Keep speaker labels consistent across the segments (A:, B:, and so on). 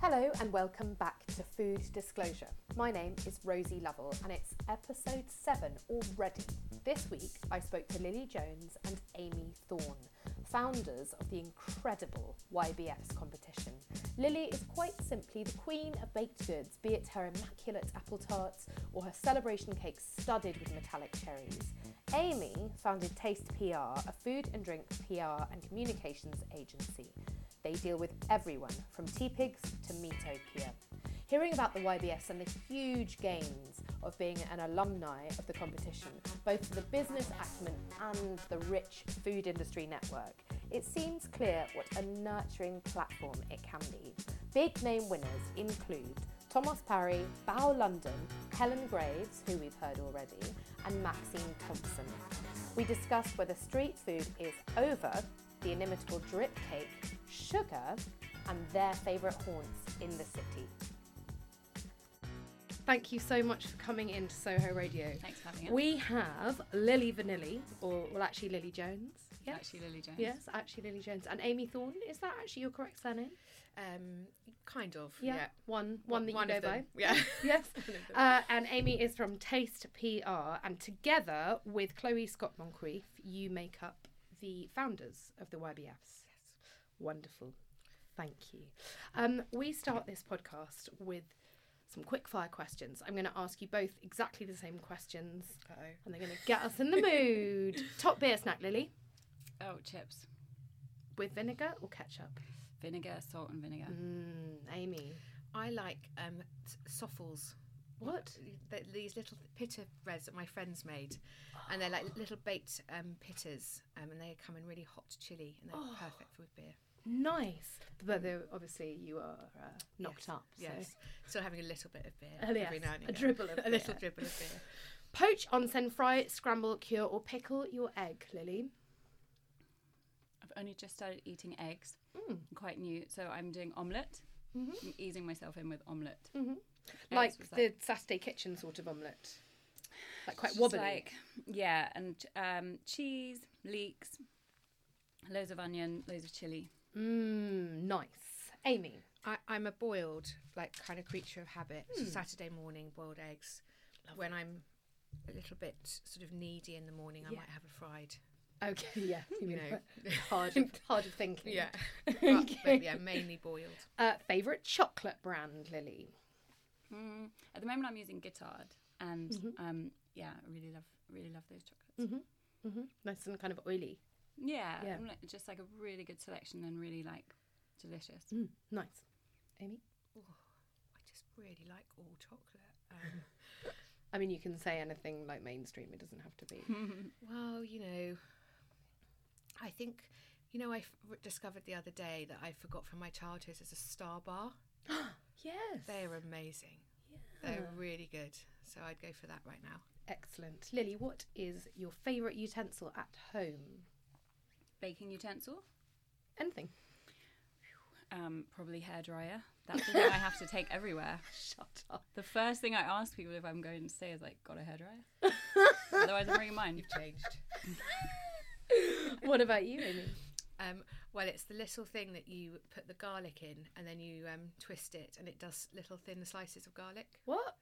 A: Hello and welcome back to Food Disclosure. My name is Rosie Lovell and it's episode 7 already. This week I spoke to Lily Jones and Amy Thorne, founders of the incredible YBS competition. Lily is quite simply the queen of baked goods, be it her immaculate apple tarts or her celebration cakes studded with metallic cherries. Amy founded Taste PR, a food and drink PR and communications agency. They deal with everyone from tea pigs to Metopia. Hearing about the YBS and the huge gains of being an alumni of the competition, both for the business acumen and the rich food industry network, it seems clear what a nurturing platform it can be. Big name winners include Thomas Parry, Bow London, Helen Graves, who we've heard already, and Maxine Thompson. We discussed whether street food is over, the inimitable drip cake, sugar, and their favourite haunts in the city. Thank you so much for coming into Soho Radio.
B: Thanks for having us.
A: We have Lily Vanilli, or well, actually Lily Jones. Yes?
B: Actually, Lily Jones.
A: Yes, actually Lily Jones and Amy Thorne. Is that actually your correct surname?
C: Um, kind of.
A: Yeah,
C: Yeah.
A: one one that you
C: of
A: go by.
C: them. Yeah.
A: Yes.
C: One of them.
A: Uh, and Amy is from Taste PR, and together with Chloe Scott Moncrief, you make up the founders of the YBFs. Wonderful. Thank you. Um, we start this podcast with some quick fire questions. I'm going to ask you both exactly the same questions,
C: Uh-oh.
A: and they're going to get us in the mood. Top beer snack, Lily,
B: Oh, chips,
A: with vinegar or ketchup?
B: vinegar, salt, and vinegar.
A: Mm, Amy.
C: I like um, s- soffles.
A: What?
C: Th- These little pita breads that my friends made, and they're like little baked um, pitters, um, and they come in really hot chili, and they're
A: Oh.
C: perfect for with beer.
A: Nice. But though, obviously, you are uh, knocked up. So.
C: Yes, still having a little bit of beer
A: Oh, yes,
C: every now and
A: a
C: again.
A: dribble of
C: a little
A: beer.
C: dribble of beer.
A: Poach, onsen, fry, scramble, cure, or pickle your egg, Lily.
B: I've only just started eating eggs.
C: Mm.
B: I'm quite new, so I'm doing omelette.
C: Mm-hmm.
B: I'm easing myself in with omelette. Eggs
A: like
B: was
A: the Saturday kitchen sort of omelette. Like quite
B: just
A: wobbly.
B: like- yeah, and um, cheese, leeks, loads of onion, loads of chili.
A: Mmm, nice. Amy.
C: I, I'm a boiled, like, kind of creature of habit.
A: Hmm.
C: Saturday morning, boiled eggs. When I'm a little bit sort of needy in the morning, I
A: Yeah.
C: might have a fried.
A: Okay, yeah. You mean
C: know.
A: hard, of, hard of thinking.
C: but, but yeah, mainly boiled.
A: Uh, favourite chocolate brand, Lily?
B: Mm. At the moment, I'm using Guittard, and
C: Mm-hmm.
B: um, yeah, I really love, really love those chocolates.
A: Mm-hmm. Nice and kind of oily.
B: Yeah,
A: Yeah.
B: I'm like- just like a really good selection and really like delicious.
A: Mm, nice. Amy?
C: I just really like all chocolate. Um,
A: I mean, you can say anything like mainstream, it doesn't have to be.
C: well, you know, I think, you know, I f- discovered the other day that I forgot from my childhood is a star bar.
A: yes.
C: They're amazing. They're really good. So I'd go for that right now.
A: Excellent. Lily, what is your favourite utensil at home?
B: Baking utensil.
A: Anything.
B: Um, probably hairdryer. That's the thing I have to take everywhere.
A: Shut up.
B: The first thing I ask people if I'm going to stay is like, got a hairdryer? Otherwise, I'm bringing mine.
C: You've changed.
A: what about you, Amy?
C: Um, well, it's the little thing that you put the garlic in and then you um, twist it and it does little thin slices of garlic.
A: What?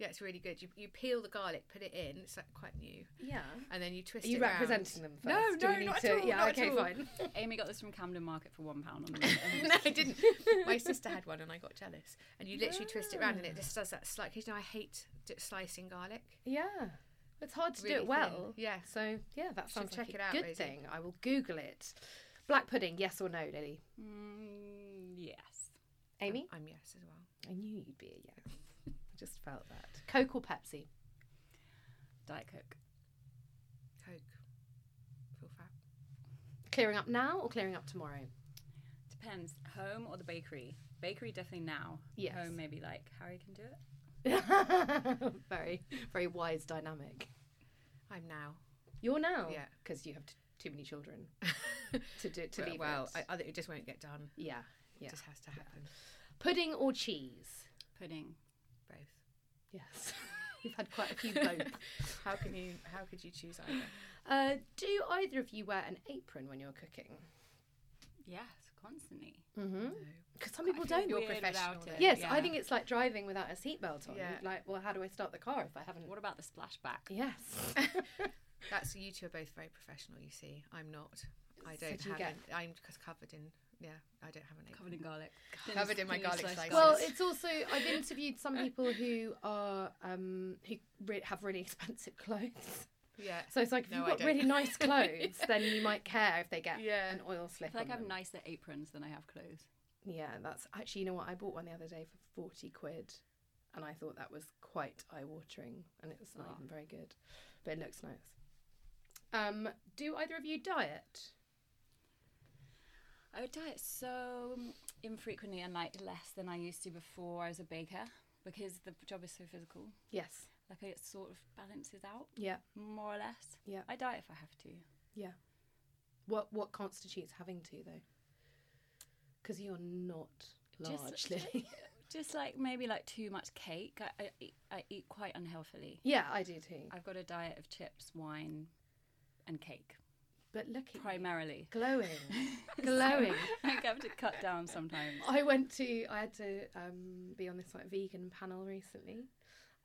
C: Yeah, it's really good. You, you peel the garlic, put it in. It's like quite new.
A: Yeah.
C: And then you twist
A: Are you
C: it round.
A: representing them first?
C: No,
A: Do we
C: no,
A: need
C: not at
A: to-
C: all,
A: Yeah,
C: not at
A: okay,
C: all.
A: fine.
B: Amy got this from Camden Market for one pound on the Monday.
C: no, I didn't. My sister had one, and I got jealous. And you literally twist it round, and it just does that slight. 'cause, you know, I hate d- slicing garlic.
A: Yeah. It's hard to
C: Really
A: do it
C: thin.
A: well.
C: Yeah.
A: So, yeah, that sounds
C: check
A: like
C: it
A: a
C: out,
A: good
C: Rosie.
A: thing. I will Google it. Black pudding, yes or no, Lily?
B: Mm, yes.
A: Amy?
C: I'm yes as well.
A: I knew you'd be a yes. I just felt that. Coke or Pepsi?
B: Diet Coke.
C: Coke, full fat.
A: Clearing up now or clearing up tomorrow?
B: Depends. Home or the bakery? Bakery definitely now.
A: Yes.
B: Home maybe like Harry can do it.
A: very, very wise dynamic.
C: I'm now.
A: You're now?
C: Yeah.
A: Because you have t- too many children to, do, to
C: Well-
A: leave
C: well,
A: it.
C: I, I think it just won't get done.
A: yeah.
C: It
A: Yeah.
C: just has to happen.
A: Pudding or cheese?
B: Pudding.
C: Both.
A: Yes. You've had quite a few both.
C: How can you? How could you choose either?
A: Uh, do either of you wear an apron when you're cooking?
B: Yes, constantly.
A: Mm-hmm.
C: No.
A: Because some
B: I
A: people
B: feel
A: don't.
C: You're
B: weird
C: professional
B: without
C: then.
B: it.
A: Yes,
B: yeah.
A: I think it's like driving without a seatbelt on.
C: Yeah.
A: Like, well, how do I start the car if I haven't?
B: What about the splashback?
A: Yes.
C: That's you two are both very professional. You see, I'm not. I
A: So
C: don't
A: do you
C: have.
A: get-
C: an- I'm just covered in. Yeah, I don't have an apron.
B: Covered in garlic.
C: Covered in my
B: Thinly
C: garlic
B: sliced
C: slices.
A: well,
C: Yes.
A: it's also I've interviewed some people who are um, who re- have really expensive clothes.
C: Yeah,
A: So it's like if
C: No,
A: you've
C: I
A: got
C: don't.
A: really nice clothes, then you might care if they get
C: Yeah.
A: an oil
B: I
A: slip.
B: feel like
A: on
B: I have
A: them.
B: nicer aprons than I have clothes.
A: Yeah, that's actually you know what I bought one the other day for forty quid, and I thought that was quite eye watering, and it's not
B: Oh.
A: even very good, but it looks nice. Um, do either of you diet?
B: I would diet so infrequently and like less than I used to before I was a baker because the job is so physical.
A: Yes.
B: Like it sort of balances out
A: Yeah.
B: more or less.
A: Yeah.
B: I diet if I have to.
A: Yeah. What what constitutes having to though? Because you're not
B: Just-
A: large, Lily.
B: Just like maybe like too much cake. I, I, eat- I eat quite unhealthily.
A: yeah, I do too.
B: I've got a diet of chips, wine, and cake
A: But look at you.
B: primarily.
A: glowing, glowing.
B: I have to cut down sometimes.
A: I went to I had to um, be on this like vegan panel recently,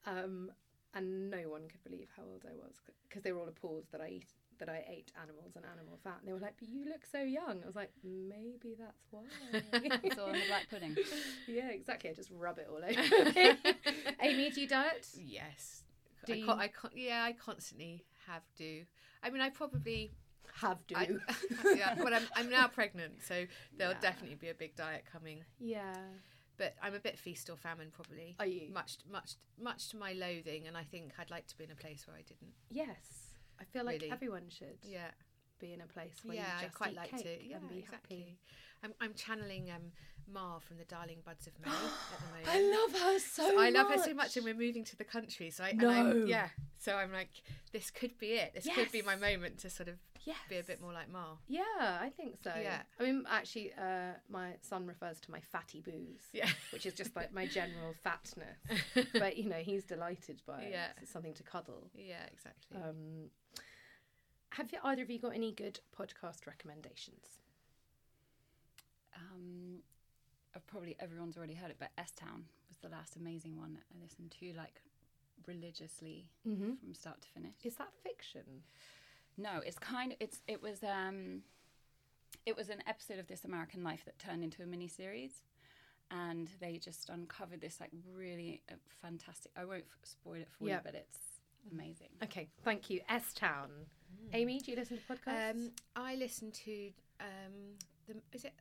A: um, and no one could believe how old I was because they were all appalled that I eat that I ate animals and animal fat. And they were like, "But you look so young." I was like, "Maybe that's why."
B: It's all in the black pudding.
A: yeah, exactly. I just rub it all over. me. Amy, do you diet?
C: yes.
A: Do
C: I,
A: you-
C: con- I con- yeah, I constantly have do. I mean, I probably
A: Have do.
C: I, yeah, well, I'm, I'm now pregnant, so there'll
A: Yeah.
C: definitely be a big diet coming.
A: yeah.
C: But I'm a bit feast or famine, probably.
A: Are you?
C: Much, much, much to my loathing, and I think I'd like to be in a place where I didn't.
A: Yes. I feel like
C: Really?
A: everyone should
C: Yeah,
A: be in a place where
C: yeah,
A: you
C: I
A: just
C: quite
A: eat
C: like
A: cake
C: to. Yeah,
A: and be happy.
C: exactly. I'm, I'm channeling um, Ma from the Darling Buds of May at the moment.
A: I love her so.
C: I love her so much, and we're moving to the country. So I, and
A: No.
C: I'm, yeah. So I'm like, this could be it. This could be my
A: Yes.
C: moment to sort of
A: yes.
C: be a bit more like Ma.
A: Yeah, I think so.
C: Yeah.
A: I mean, actually, uh, my son refers to my fatty booze,
C: Yeah.
A: which is just like my general fatness. But you know, he's delighted by it.
C: Yeah.
A: It's something to cuddle.
C: yeah, exactly.
A: Um, have you either of you got any good podcast recommendations?
B: Um, uh, probably everyone's already heard it, but S Town was the last amazing one that I listened to like religiously
A: Mm-hmm.
B: from start to finish.
A: Is that fiction?
B: No, it's kind of it's it was um it was an episode of This American Life that turned into a mini series and they just uncovered this like really uh, fantastic I won't f- spoil it for
A: Yeah.
B: you but it's amazing.
A: Okay, thank you. S Town. Amy, do you listen to podcasts?
C: Um, I listened to um, the is it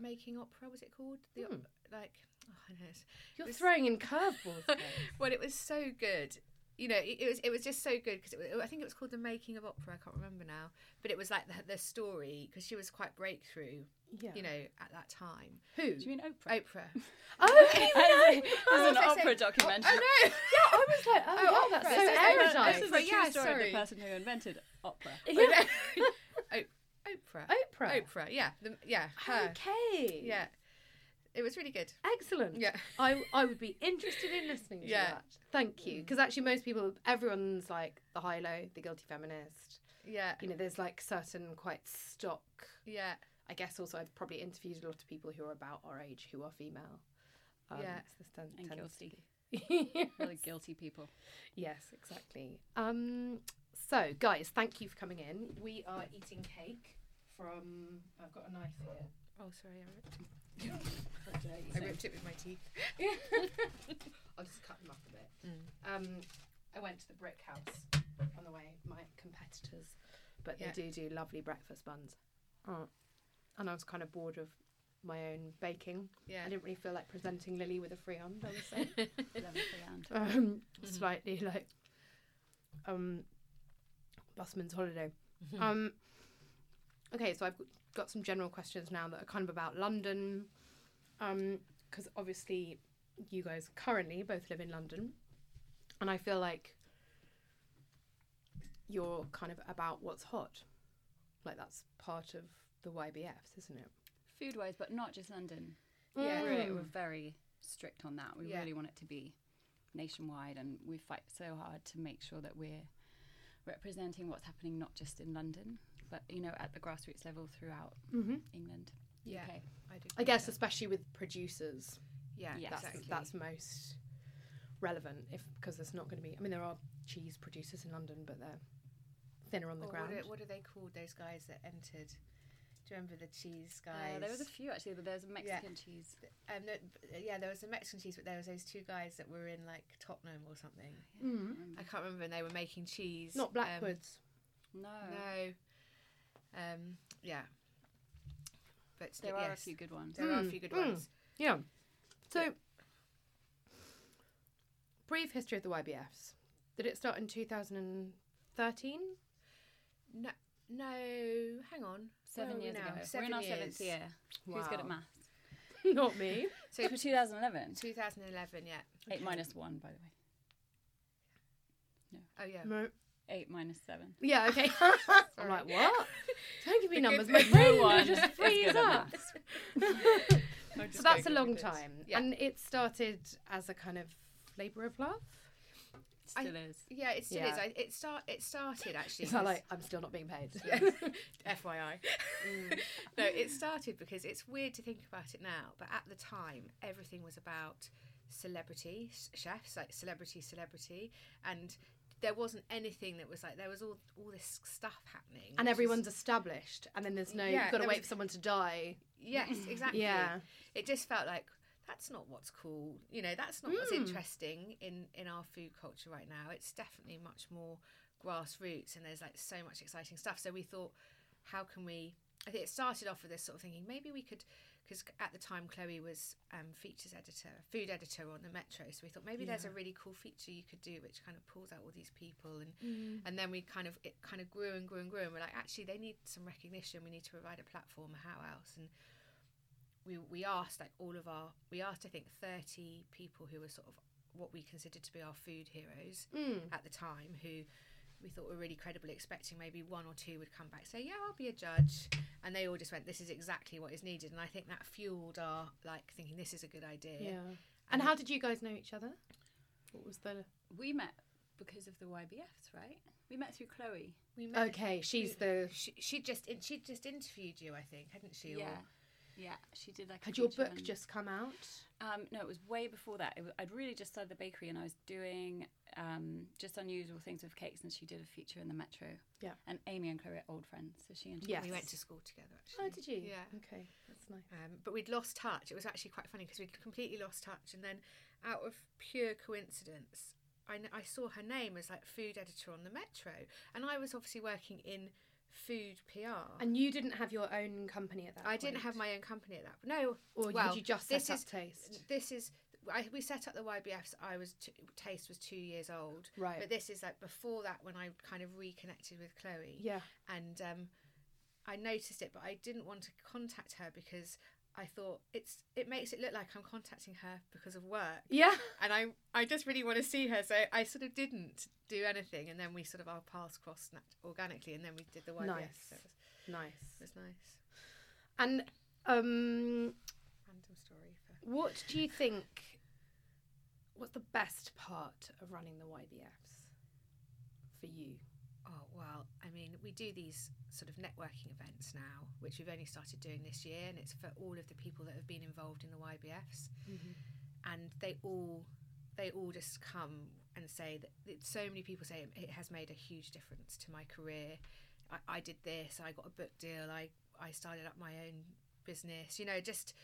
C: making opera? Was it called the
A: Hmm.
C: op- like? Oh, I know. it's-
A: You're
C: this-
A: throwing in curveballs. here.
C: Well, it was so good. You know, it, it was it was just so good because I think it was called the making of opera. I can't remember now, but it was like the, the story because she was quite breakthrough.
A: yeah.
C: You know, at that time,
A: who?
B: Do you mean Oprah? Oh,
C: Oprah.
A: Oh, okay, right.
B: There's an
C: I was
B: opera
C: gonna say-
B: documentary.
C: I know.
A: yeah, I was like, oh,
C: Oh,
A: yeah, that's
C: opera.
A: so
C: This is like a-
A: erudite.
B: This is
C: But
B: the true
C: yeah,
B: story of
C: sorry.
B: the person who invented opera.
A: Yeah.
C: Oprah.
A: Oprah.
C: Oprah. Yeah. The, yeah. Her.
A: Okay.
C: Yeah. It was really good.
A: Excellent.
C: Yeah.
A: I, I would be interested in listening to
C: Yeah. Mm.
A: that. Thank you. Because actually, most people, everyone's like the high low, the guilty feminist.
C: Yeah.
A: You know, there's like certain quite stock.
C: Yeah.
A: I guess also I've probably interviewed a lot of people who are about our age who are female.
C: Yeah.
A: so this ten-
B: And
A: tends to
B: guilty.
A: be-
B: Really guilty people.
A: yes, exactly. Um, so, guys, thank you for coming in. We are eating cake from. I've got a knife here.
C: Oh, sorry. I ripped,
A: How dare you.
C: I ripped it with my teeth.
A: I'll just cut them up a bit.
C: Mm.
A: Um, I went to the brick house on the way, my competitors, but
C: Yeah. Oh.
A: they do do lovely breakfast buns. Mm. And I was kind of bored of my own baking.
C: Yeah.
A: I didn't really feel like presenting Lily with a friand, I would say.
B: Lovely round.
A: um, Slightly like um, busman's holiday. Um, okay, so I've got some general questions now that are kind of about London, because obviously you guys currently both live in London, and I feel like you're kind of about what's hot, like that's part of the YBFs, isn't it?
B: Food wise, but not just London.
C: Yeah.
B: We really,
A: Mm.
B: we're very strict on that. We
C: Yeah.
B: really want it to be nationwide, and we fight so hard to make sure that we're representing what's happening not just in London, but you know at the grassroots level throughout
A: Mm-hmm.
B: England.
C: Yeah,
B: Okay.
C: I do.
A: I guess,
C: think so.
A: especially with producers,
C: yeah,
B: Yes.
A: that's
C: exactly.
A: that's most relevant. If because there's not going to be. I mean, there are cheese producers in London, but they're thinner on the
C: Or
A: ground.
C: What are, what are they called? Those guys that entered. Do you remember the cheese guys?
B: Uh, there was a few actually, but there's a Mexican cheese.
C: um, no, b- yeah, there was a Mexican cheese, but there was those two guys that were in like Tottenham or something.
A: Mm.
C: Mm-hmm. I can't remember. And they were making cheese.
B: um,
A: Not Blackwoods.
B: No,
C: Um, no. Um, yeah. But
B: there
C: yes,
B: are a few good ones.
C: there are a
A: Mm,
C: few Hmm, good
A: mm.
C: ones.
A: yeah. So, brief history of the YBFs. Did it start in 2013?
C: No, no. Hang on. Where
B: Seven
C: are we
B: years
C: now?
B: ago,
C: Seven
B: we're in our
C: years.
B: seventh year. Who's good at math?
A: not me.
C: So
B: It was 2011.
C: 2011. Yeah.
B: Eight minus one, by the way.
C: Oh yeah.
A: No.
B: Eight minus seven.
A: Yeah. Okay. I'm
C: Sorry.
A: like, what? Don't give me
C: The
A: numbers.
C: good-
A: My brain
B: No
A: will
B: one
A: just
B: is
A: freeze
B: good at
A: up.
B: maths.
A: So that's a
C: Google
A: long
C: it.
A: time,
C: Yeah.
A: and it started as a kind of labour of love.
C: I-
B: Still is.
C: Yeah, it still is.
A: Yeah.
C: I, it start. It started actually.
A: It's not
C: 'cause-
A: like I'm still not being paid.
C: FYI. Mm. no, it started because it's weird to think about it now, but at the time, everything was about celebrity s- chefs, like celebrity, celebrity, and there wasn't anything that was like there was all all this stuff happening, which
A: and
C: is-
A: everyone's established, and then there's no
C: Yeah,
A: you've got to
C: there
A: wait
C: was-
A: for someone to die.
C: yes, exactly.
A: Yeah.
C: it just felt like that's not what's cool. You know, that's not what's interesting in in our food culture right now. It's definitely much more grassroots, and there's like so much exciting stuff. So we thought, how can we? I think it started off with this sort of thinking. Maybe we could, because at the time Chloe was um, features editor, food editor on the Metro. So we thought maybe there's a really cool feature you could do, which kind of pulls out all these people, and
A: Mm.
C: and then we kind of it kind of grew and grew and grew, and we're like, actually, they need some recognition. We need to provide a platform. How else? And we we asked like all of our we asked I think thirty people who were sort of what we considered to be our food heroes
A: Mm.
C: at the time who we thought were really credible, expecting maybe one or two would come back say yeah I'll be a judge, and they all just went this is exactly what is needed, and I think that fueled our like thinking this is a good idea.
A: Yeah. And how did you guys know each other? What was the
B: We met because of the YBFs, right? We met through Chloe.
C: We met,
A: Okay, she's
C: we-
A: the
C: She, she just in, she just interviewed you I think hadn't she? Or-
B: Yeah. Yeah, she did like. a
A: had your
B: feature
A: book
B: on-
A: just come out?
B: Um, no, it was way before that. It wa- I'd really just started the bakery and I was doing um, just unusual things with cakes, and she did a feature in the Metro.
A: Yeah.
B: And Amy and Chloe are old friends, so she and she.
A: Yes.
C: We went to school together actually.
A: Oh, did you?
C: Yeah.
A: Okay, that's nice.
C: Um, but we'd lost touch. It was actually quite funny because we'd completely lost touch. And then, out of pure coincidence, I, kn- I saw her name as like food editor on the Metro. And I was obviously working in food PR.
A: And you didn't have your own company at that.
C: I didn't
A: point?
C: have my own company at that No.
A: Or
C: well,
A: had you just set
C: this
A: up
C: is,
A: taste?
C: This is. I, we set up the YBFs. I was t- taste was two years old,
A: Right.
C: But this is like before that when I kind of reconnected with Chloe
A: Yeah.
C: and um, I noticed it, but I didn't want to contact her because I thought it's it makes it look like I'm contacting her because of work,
A: Yeah.
C: and I I just really want to see her, so I sort of didn't do anything, and then we sort of our paths crossed nat- organically, and then we did the YBS.
A: Nice.
C: So it, was, it
A: Nice.
C: was nice.
A: And um
C: Random story. For...
A: What do you think? What's the best part of running the YBFs for you?
C: Oh well, I mean, we do these sort of networking events now, which we've only started doing this year, and it's for all of the people that have been involved in the YBFs. and they all they all just come and say that, that so many people say it has made a huge difference to my career I, I did this i got a book deal i i started up my own business you know just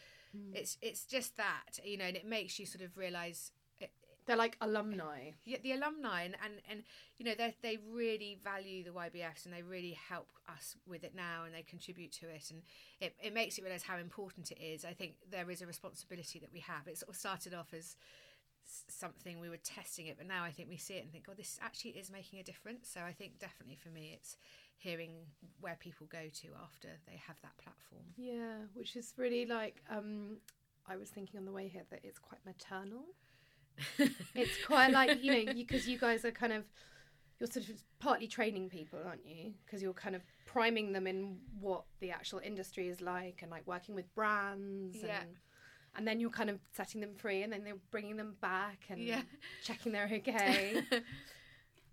C: it's it's just that you know and it makes you sort of realize it,
A: They're like alumni.
C: yeah, the alumni and, and, and you know they they really value the YBFs and they really help us with it now and they contribute to it and it, it makes you realise how important it is. I think there is a responsibility that we have. It sort of started off as s- something we were testing it, but now I think we see it and think, oh, this actually is making a difference. So I think definitely for me, it's hearing where people go to after they have that platform.
A: Yeah, which is really like um, I was thinking on the way here that it's quite maternal. It's quite like you know because you guys are kind of you're sort of partly training people, aren't you? Because you're kind of priming them in what the actual industry is like and like working with brands.
C: Yeah.
A: And, and then you're kind of setting them free, and then they're bringing them back and
C: Yeah.
A: checking they're okay.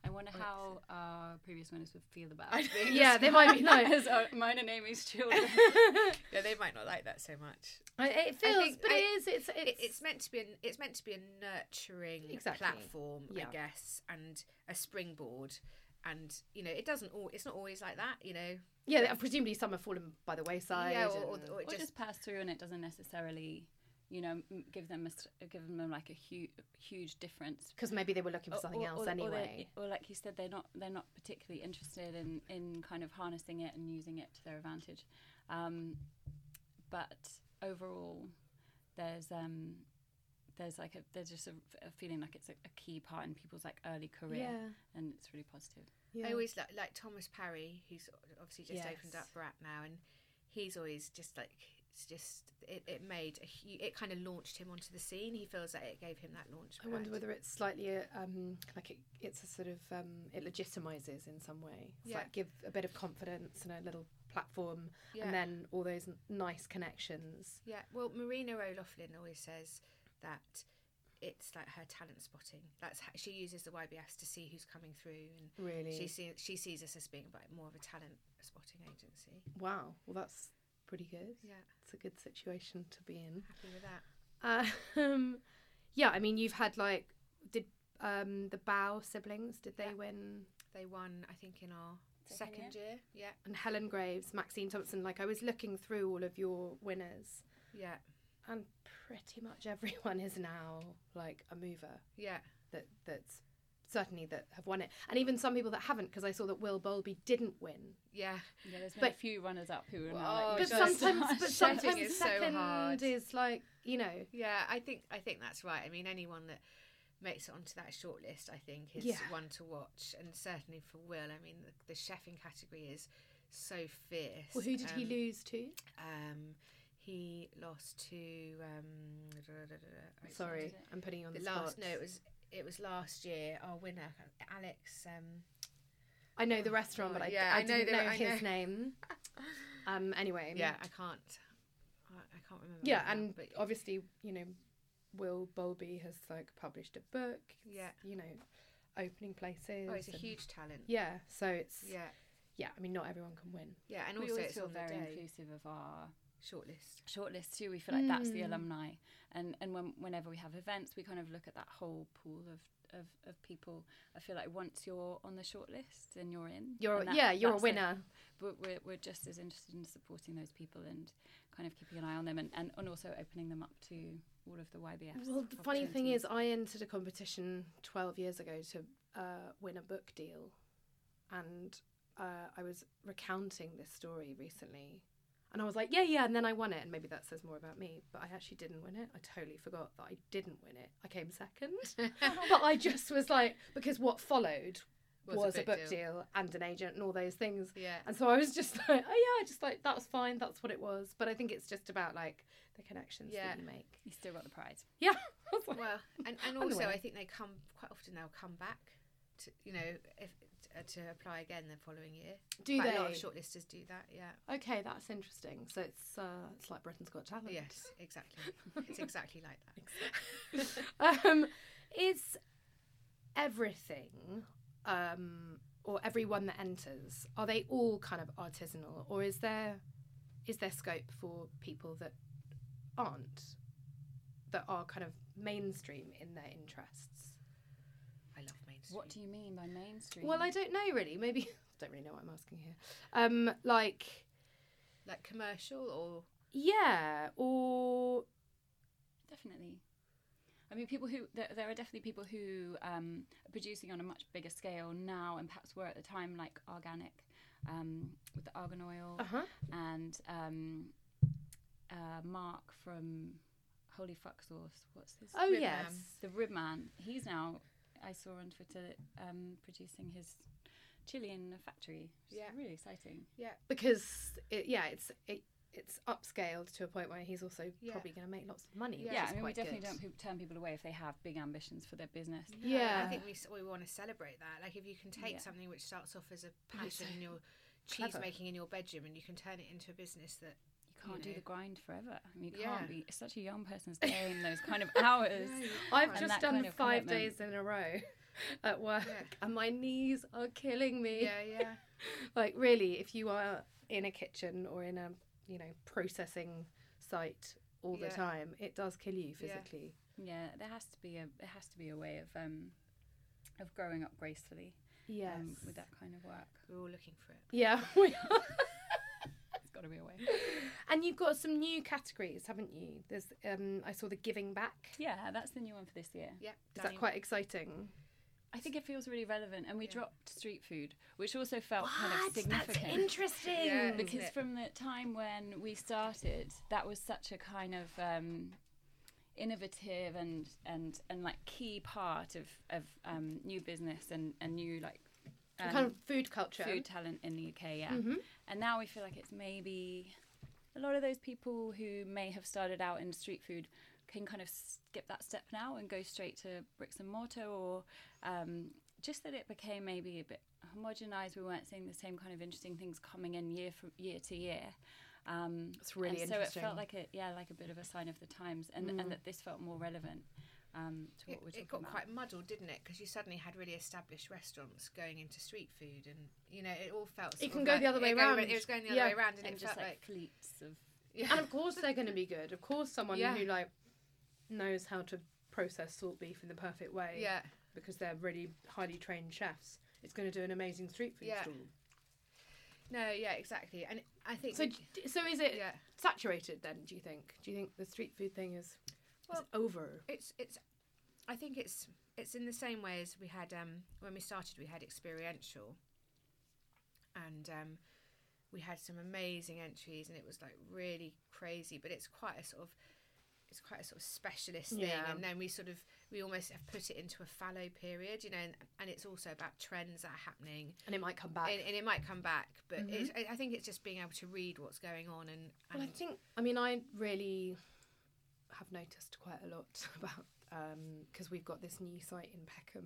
B: I wonder how our previous owners would feel about
C: I
B: it.
C: think-
A: Yeah, they might be like.
B: As our- mine and Amy's children.
C: yeah, they might not like that so much.
A: I- It feels,
C: think
A: but
C: I-
A: it is. It's
C: It,
A: it's,
C: it's meant to be. An, it's meant to be a nurturing
A: Exactly.
C: platform,
A: Yeah.
C: I guess, and a springboard. And you know, it doesn't. All. It's not always like that. You know.
A: yeah. Presumably some have fallen by the wayside.
C: yeah. Or, or,
A: and-
C: or it
B: or
C: just
B: just pass through and it doesn't necessarily you know m- give them a, s- give them like a huge huge difference
A: because maybe they were looking for
B: Or-
A: something
B: or-
A: else
B: or- or they-
A: anyway.
B: or, like you said they're not they're not particularly interested in in kind of harnessing it and using it to their advantage um, but overall there's um there's like a there's just a, a feeling like it's a, a key part in people's like early career
A: Yeah.
B: and it's really positive
A: yeah.
C: I always like like Thomas Parry, who's obviously just opened
A: Yes.
C: up Brat now, and he's always just like it's just it, it made a, hu- it kind of launched him onto the scene. He feels that it gave him that launch.
A: I wonder
C: pad.
A: whether it's slightly uh, um, like it, it's a sort of um, it legitimizes in some way. It's
C: Yeah.
A: like give a bit of confidence and a little platform,
C: Yeah.
A: and then all those n- nice connections.
C: Yeah, well, Marina O'Loughlin always says that it's like her talent spotting. That's how, she uses the YBS to see who's coming through, and
A: Really,
C: she sees she sees us as being like more of a talent spotting agency.
A: wow. Well, that's pretty good.
C: Yeah,
A: It's a good situation to be in.
C: happy with that.
A: Um, yeah, I mean, you've had like did um, the Bow siblings? Did they
C: Yeah.
A: win?
C: They won, I think, in our
B: Second
C: second year. Yeah,
A: And Helen Graves, Maxine Thompson. Like I was looking through all of your winners,
C: yeah,
A: and pretty much everyone is now like a mover.
C: yeah.
A: that that's certainly that have won it, and even some people that haven't, because I saw that Will Bowlby didn't win.
C: Yeah,
B: yeah there's been
A: been a
B: a few runners up who are
C: now, like, Oh,
A: but
C: which I was
A: sometimes, but
C: Shouting
A: sometimes
C: is so
A: second
C: hard.
A: is like you know,
C: yeah. I think I think that's right. I mean, anyone that makes it onto that shortlist, I think, is
A: Yeah.
C: one to watch, and certainly for Will. I mean, the, the chefing category is so fierce.
A: well, who did he
C: Um,
A: lose to?
C: Um, he lost to. Um, da- da- da- da- I
A: Sorry,
B: did it?
A: I'm putting you on the,
C: the last.
A: spot.
C: No, it was it was last year. Our winner, Alex. Um,
A: I know the restaurant, but I,
C: Oh, Yeah,
A: I,
C: I know
A: didn't know,
C: the- I
A: his
C: know.
A: name. Um. Anyway.
C: yeah, I can't. I, I can't remember.
A: Yeah,
C: right now,
A: and
C: but
A: obviously, you know, Will Bowlby has like published a book. It's,
C: Yeah.
A: You know, opening places.
C: oh, it's a
A: and-
C: huge talent.
A: Yeah. So it's. Yeah.
C: Yeah,
A: I mean, not everyone can win.
C: yeah, and
B: we
C: also
B: always
C: it's
B: feel
C: on the
B: very
C: day
B: inclusive of our
C: shortlist.
B: shortlist too. We feel like that's the
A: Mm.
B: alumni, and and when, whenever we have events, we kind of look at that whole pool of, of, of people. I feel like once you're on the shortlist, then you're in.
A: You're
B: And that-
A: yeah, you're a
B: that's it.
A: winner.
B: But we're we're just as interested in supporting those people and kind of keeping an eye on them, and and, and also opening them up to all of the YBFs.
A: Well, the funny thing
B: opportunities.
A: is, I entered a competition 12 years ago to uh, win a book deal. And uh, I was recounting this story recently. And I was like, yeah, yeah. And then I won it. And maybe that says more about me. But I actually didn't win it. I totally forgot that I didn't win it. I came second. but I just was like, because what followed was, a, book deal. and an agent and all those things.
C: Yeah,
A: And so I was just like, oh, yeah, just like, that was fine. That's what it was. But I think it's just about like the connections
C: Yeah.
A: that you make.
B: you still got the prize.
A: Yeah.
C: well, and, and
A: the
C: also
A: winner.
C: I think they come quite often. They'll come back to you know if uh, to apply again the following year.
A: Do
C: quite
A: they?
C: a lot of shortlisters do that. Yeah.
A: Okay, that's interesting. So it's uh, it's like Britain's Got Talent.
C: Yes, exactly. It's exactly like that.
A: Um, is everything um, or everyone that enters are they all kind of artisanal, or is there is there scope for people that aren't that are kind of mainstream in their interests?
C: I love mainstream.
B: What do you mean by mainstream?
A: Well, I don't know really. Maybe don't really know what I'm asking here. Um, like
C: like commercial or
A: yeah, or
B: Definitely. I mean, people who there, there are definitely people who um, are producing on a much bigger scale now, and perhaps were at the time, like organic um, with the argan oil,
A: uh
C: Uh-huh.
A: huh.
B: and um, uh, Mark from Holy Fuck Sauce. What's his?
A: Oh
C: Rib
A: yes.
C: man.
B: The rib man. He's now I saw on Twitter um, producing his chili in a factory. Which
C: Yeah.
B: is really exciting.
A: because it, yeah, it's it, it's upscaled to a point where he's also
C: Yeah.
A: probably going to make lots of money.
C: Yeah,
B: Yeah,
A: which is
B: I mean, we
A: quite
B: definitely
A: good.
B: don't pe- turn people away if they have big ambitions for their business.
A: Yeah,
C: I think we s- we want to celebrate that. Like if you can take
B: Yeah.
C: something which starts off as a
A: But it's
C: passion
A: so
C: in your cheese
A: clever.
C: making in your bedroom and you can turn it into a business that
B: you can't do
C: know.
B: the grind forever. I mean, you
C: Yeah.
B: can't be it's such a young person's game. Those kind of hours.
C: Yeah, you
A: I've
C: can't.
B: And
A: just
B: that
A: done
B: kind of
A: five
B: commitment.
A: days in a row. at work,
C: Yeah.
A: and my knees are killing me.
C: Yeah, yeah.
A: Like really, if you are in a kitchen or in a you know processing site all the
C: Yeah.
A: time, it does kill you
C: Yeah.
A: physically.
B: Yeah, there has to be a there has to be a way of um, of growing up gracefully
A: Yes.
B: um, with that kind of work.
C: We're all looking for it.
A: yeah. we are.
B: It's got to be a way.
A: and you've got some new categories, haven't you? There's um, I saw the giving back.
B: Yeah, that's the new one for this year.
C: Yeah.
A: Is
C: Danny-
A: that quite exciting?
B: I think it feels really relevant, and we
C: Yeah.
B: dropped street food, which also felt kind of significant.
A: interesting.
C: Yeah, isn't
B: because
C: it?
B: from the time when we started, that was such a kind of um, innovative and and and like key part of of um, new business and and new like um,
A: kind of food culture.
B: food talent in the UK. Yeah,
C: Mm-hmm.
B: and now we feel like it's maybe a lot of those people who may have started out in street food can kind of skip that step now and go straight to bricks and mortar or um, just that it became maybe a bit homogenized we weren't seeing the same kind of interesting things coming in year from year to year um,
A: It's really
B: and so
A: interesting.
B: it felt like a yeah like a bit of a sign of the times and, and that this felt more relevant um, to
C: Mm. It,
B: what we're talking
C: it got
B: about
C: quite muddled, didn't it? Because you suddenly had really established restaurants going into street food, and you know it all felt. sort
A: can
C: of
A: go
C: like-
A: the other
C: it
A: way
C: go-
A: round.
C: It was going the other
A: Yeah.
C: way around, and,
B: and
C: it
B: just
C: felt
B: like,
C: like,
B: fleets of
C: yeah,
A: and of course they're going to be good. Of course, someone
C: Yeah.
A: who like knows how to process salt beef in the perfect way,
C: yeah.
A: because they're really highly trained chefs, is going to do an amazing street food
C: Yeah.
A: stall.
C: No, yeah, exactly. And I think
A: So,
C: we-
A: d- so is it
C: yeah,
A: saturated then? Do you think? Do you think the street food thing is, is
C: Well-
A: over?
C: it's it's. I think it's it's in the same way as we had um when we started. We had experiential, and um, we had some amazing entries, and it was like really crazy. But it's quite a sort of it's quite a sort of specialist thing,
A: Yeah.
C: and then we sort of we almost have put it into a fallow period, you know. And, and it's also about trends that are happening,
A: And it might come back.
C: and, and it might come back, but it's, I- I think it's just being able to read what's going on and. and
A: Mm-hmm. Well, I think, I mean, I really have noticed quite a lot about because we've got this new site in Peckham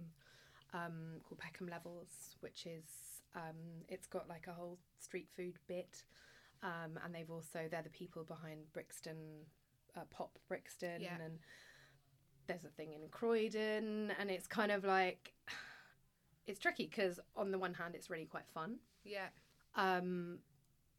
A: um, called Peckham Levels, which is um, it's got like a whole street food bit, um, and they've also they're the people behind Brixton uh, Pop Brixton,
C: Yeah.
A: and there's a thing in Croydon, and it's kind of like it's tricky because on the one hand it's really quite fun,
C: yeah,
A: um,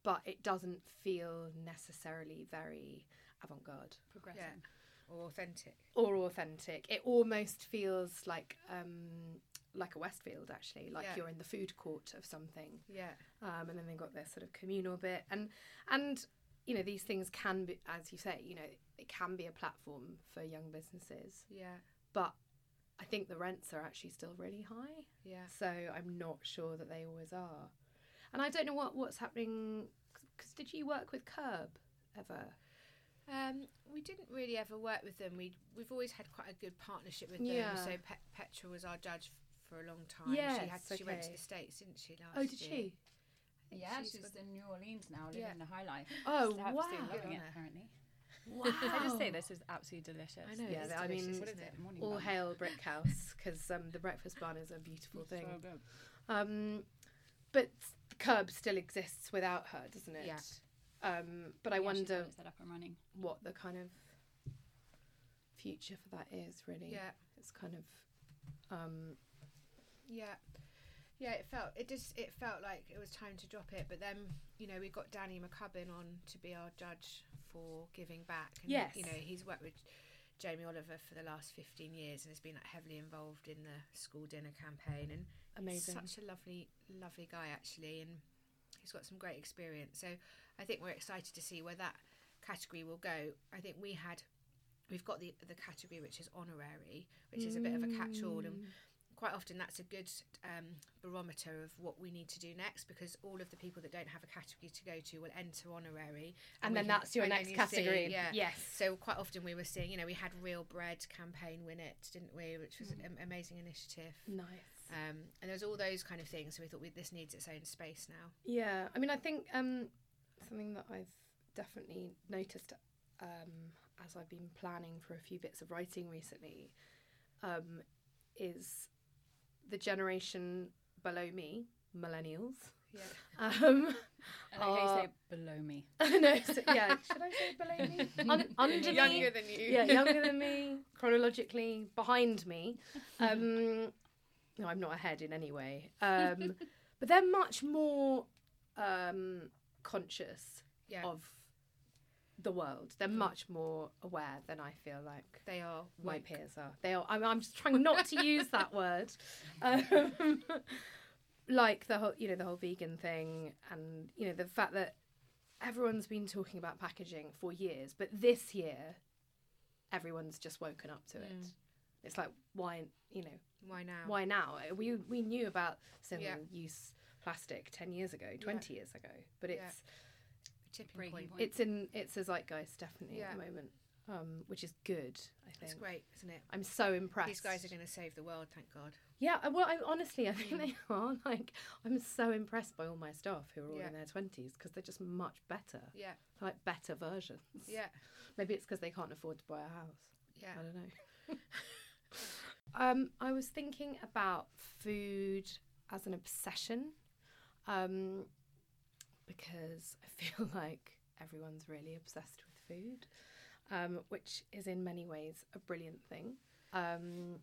A: but it doesn't feel necessarily very avant-garde
B: progressing
C: yeah, or authentic.
A: or authentic. It almost feels like um, like a Westfield actually, like
C: Yeah.
A: you're in the food court of something.
C: Yeah,
A: Um, and then they've got their sort of communal bit, and and you know these things can be, as you say, you know it can be a platform for young businesses,
C: yeah,
A: but I think the rents are actually still really high.
C: yeah.
A: So I'm not sure that they always are. And I don't know what, what's happening. Because did you work with Curb ever?
C: Um, we didn't really ever work with them. We we've always had quite a good partnership with
A: Yeah.
C: them. So Pe- Petra was our judge f- for a long time. she had
A: Yes,
C: she went to
A: okay.
C: the states, didn't she? Last
A: Oh, did
C: year?
A: she?
C: think
B: Yeah,
C: she's
B: she's,
C: got
B: in New Orleans now, living
C: Yeah.
B: the high life.
A: Oh,
B: She's absolutely
A: wow.
B: loving
C: Good
B: it,
C: on her.
B: apparently.
A: Wow.
B: I just say this is absolutely delicious.
C: I know.
A: Yeah,
C: it is
A: that- I mean,
C: delicious,
B: What is
C: isn't
B: it?
C: it?
B: Morning
A: All
B: bun.
A: hail Brick House, because um, the breakfast bun is a beautiful thing.
B: So good.
A: Um, but Curb still exists without her, doesn't it?
C: Yeah.
A: Um, but I
B: Yeah, she's got
A: wonder
B: it set up and running.
A: what the kind of future for that is, really.
C: Yeah,
A: It's kind of. Um,
C: yeah, yeah. It felt it just it felt like it was time to drop it. But then you know we got Danny McCubbin on to be our judge for giving back. And,
A: Yes.
C: you know he's worked with. Jamie Oliver for the last 15 years and has been like, heavily involved in the school dinner campaign and
A: amazing.
C: Such a lovely, lovely guy, actually, and he's got some great experience. So I think we're excited to see where that category will go. I think we had, we've got the the category which is honorary, which is a bit of a catch-all,
A: Mm.
C: and quite often that's a good um, barometer of what we need to do next because all of the people that don't have a category to go to will enter honorary,
A: and
C: we
A: then
C: can-
A: that's your
C: and then
A: next
C: you see,
A: category.
C: yeah.
A: Yes.
C: So quite often we were seeing, you know, we had Real Bread campaign win it, didn't we? Which was an
A: Mm.
C: amazing initiative.
A: Nice.
C: Um, and there's all those kind of things. So we thought we, this needs its own space now.
A: Yeah, I mean, I think um, something that I've definitely noticed um, as I've been planning for a few bits of writing recently um, is the generation below me, millennials.
C: Yeah.
A: Um,
B: And I hear
A: Uh,
B: you say below me.
A: no, so, yeah, should I say below me? Un- under me?
C: than you.
A: yeah, younger than me, chronologically behind me, um, no, I'm not ahead in any way. Um, but they're much more um, conscious
C: Yeah.
A: of the world. They're much more aware than I feel like
C: They are
A: my
C: woke.
A: peers are. They are. I'm, I'm just trying not to use that word. Um, like the whole, you know, the whole vegan thing, and you know, the fact that everyone's been talking about packaging for years, but this year, everyone's just woken up to
C: Mm.
A: it. It's like why, you know,
C: Why now?
A: why now? We we knew about single
C: Yeah.
A: use plastic ten years ago, twenty years ago, but
C: Yeah.
A: it's
C: Tipping
B: Breaking
C: point.
B: point.
A: it's in it's a zeitgeist definitely at the
C: Yeah.
A: moment, um, which is good. I think
C: It's great, isn't it?
A: I'm so impressed.
C: These guys are going to save the world, thank God.
A: Yeah, I- well, I, honestly, I
C: Mm.
A: think they are. Like, I'm so impressed by all my staff who are all
C: Yeah.
A: in their twenties because they're just much better,
C: Yeah,
A: like better versions.
C: yeah,
A: Maybe it's because they can't afford to buy a house.
C: yeah.
A: I don't know. um, I was thinking about food as an obsession um, because I feel like everyone's really obsessed with food, um, which is in many ways a brilliant thing. Um,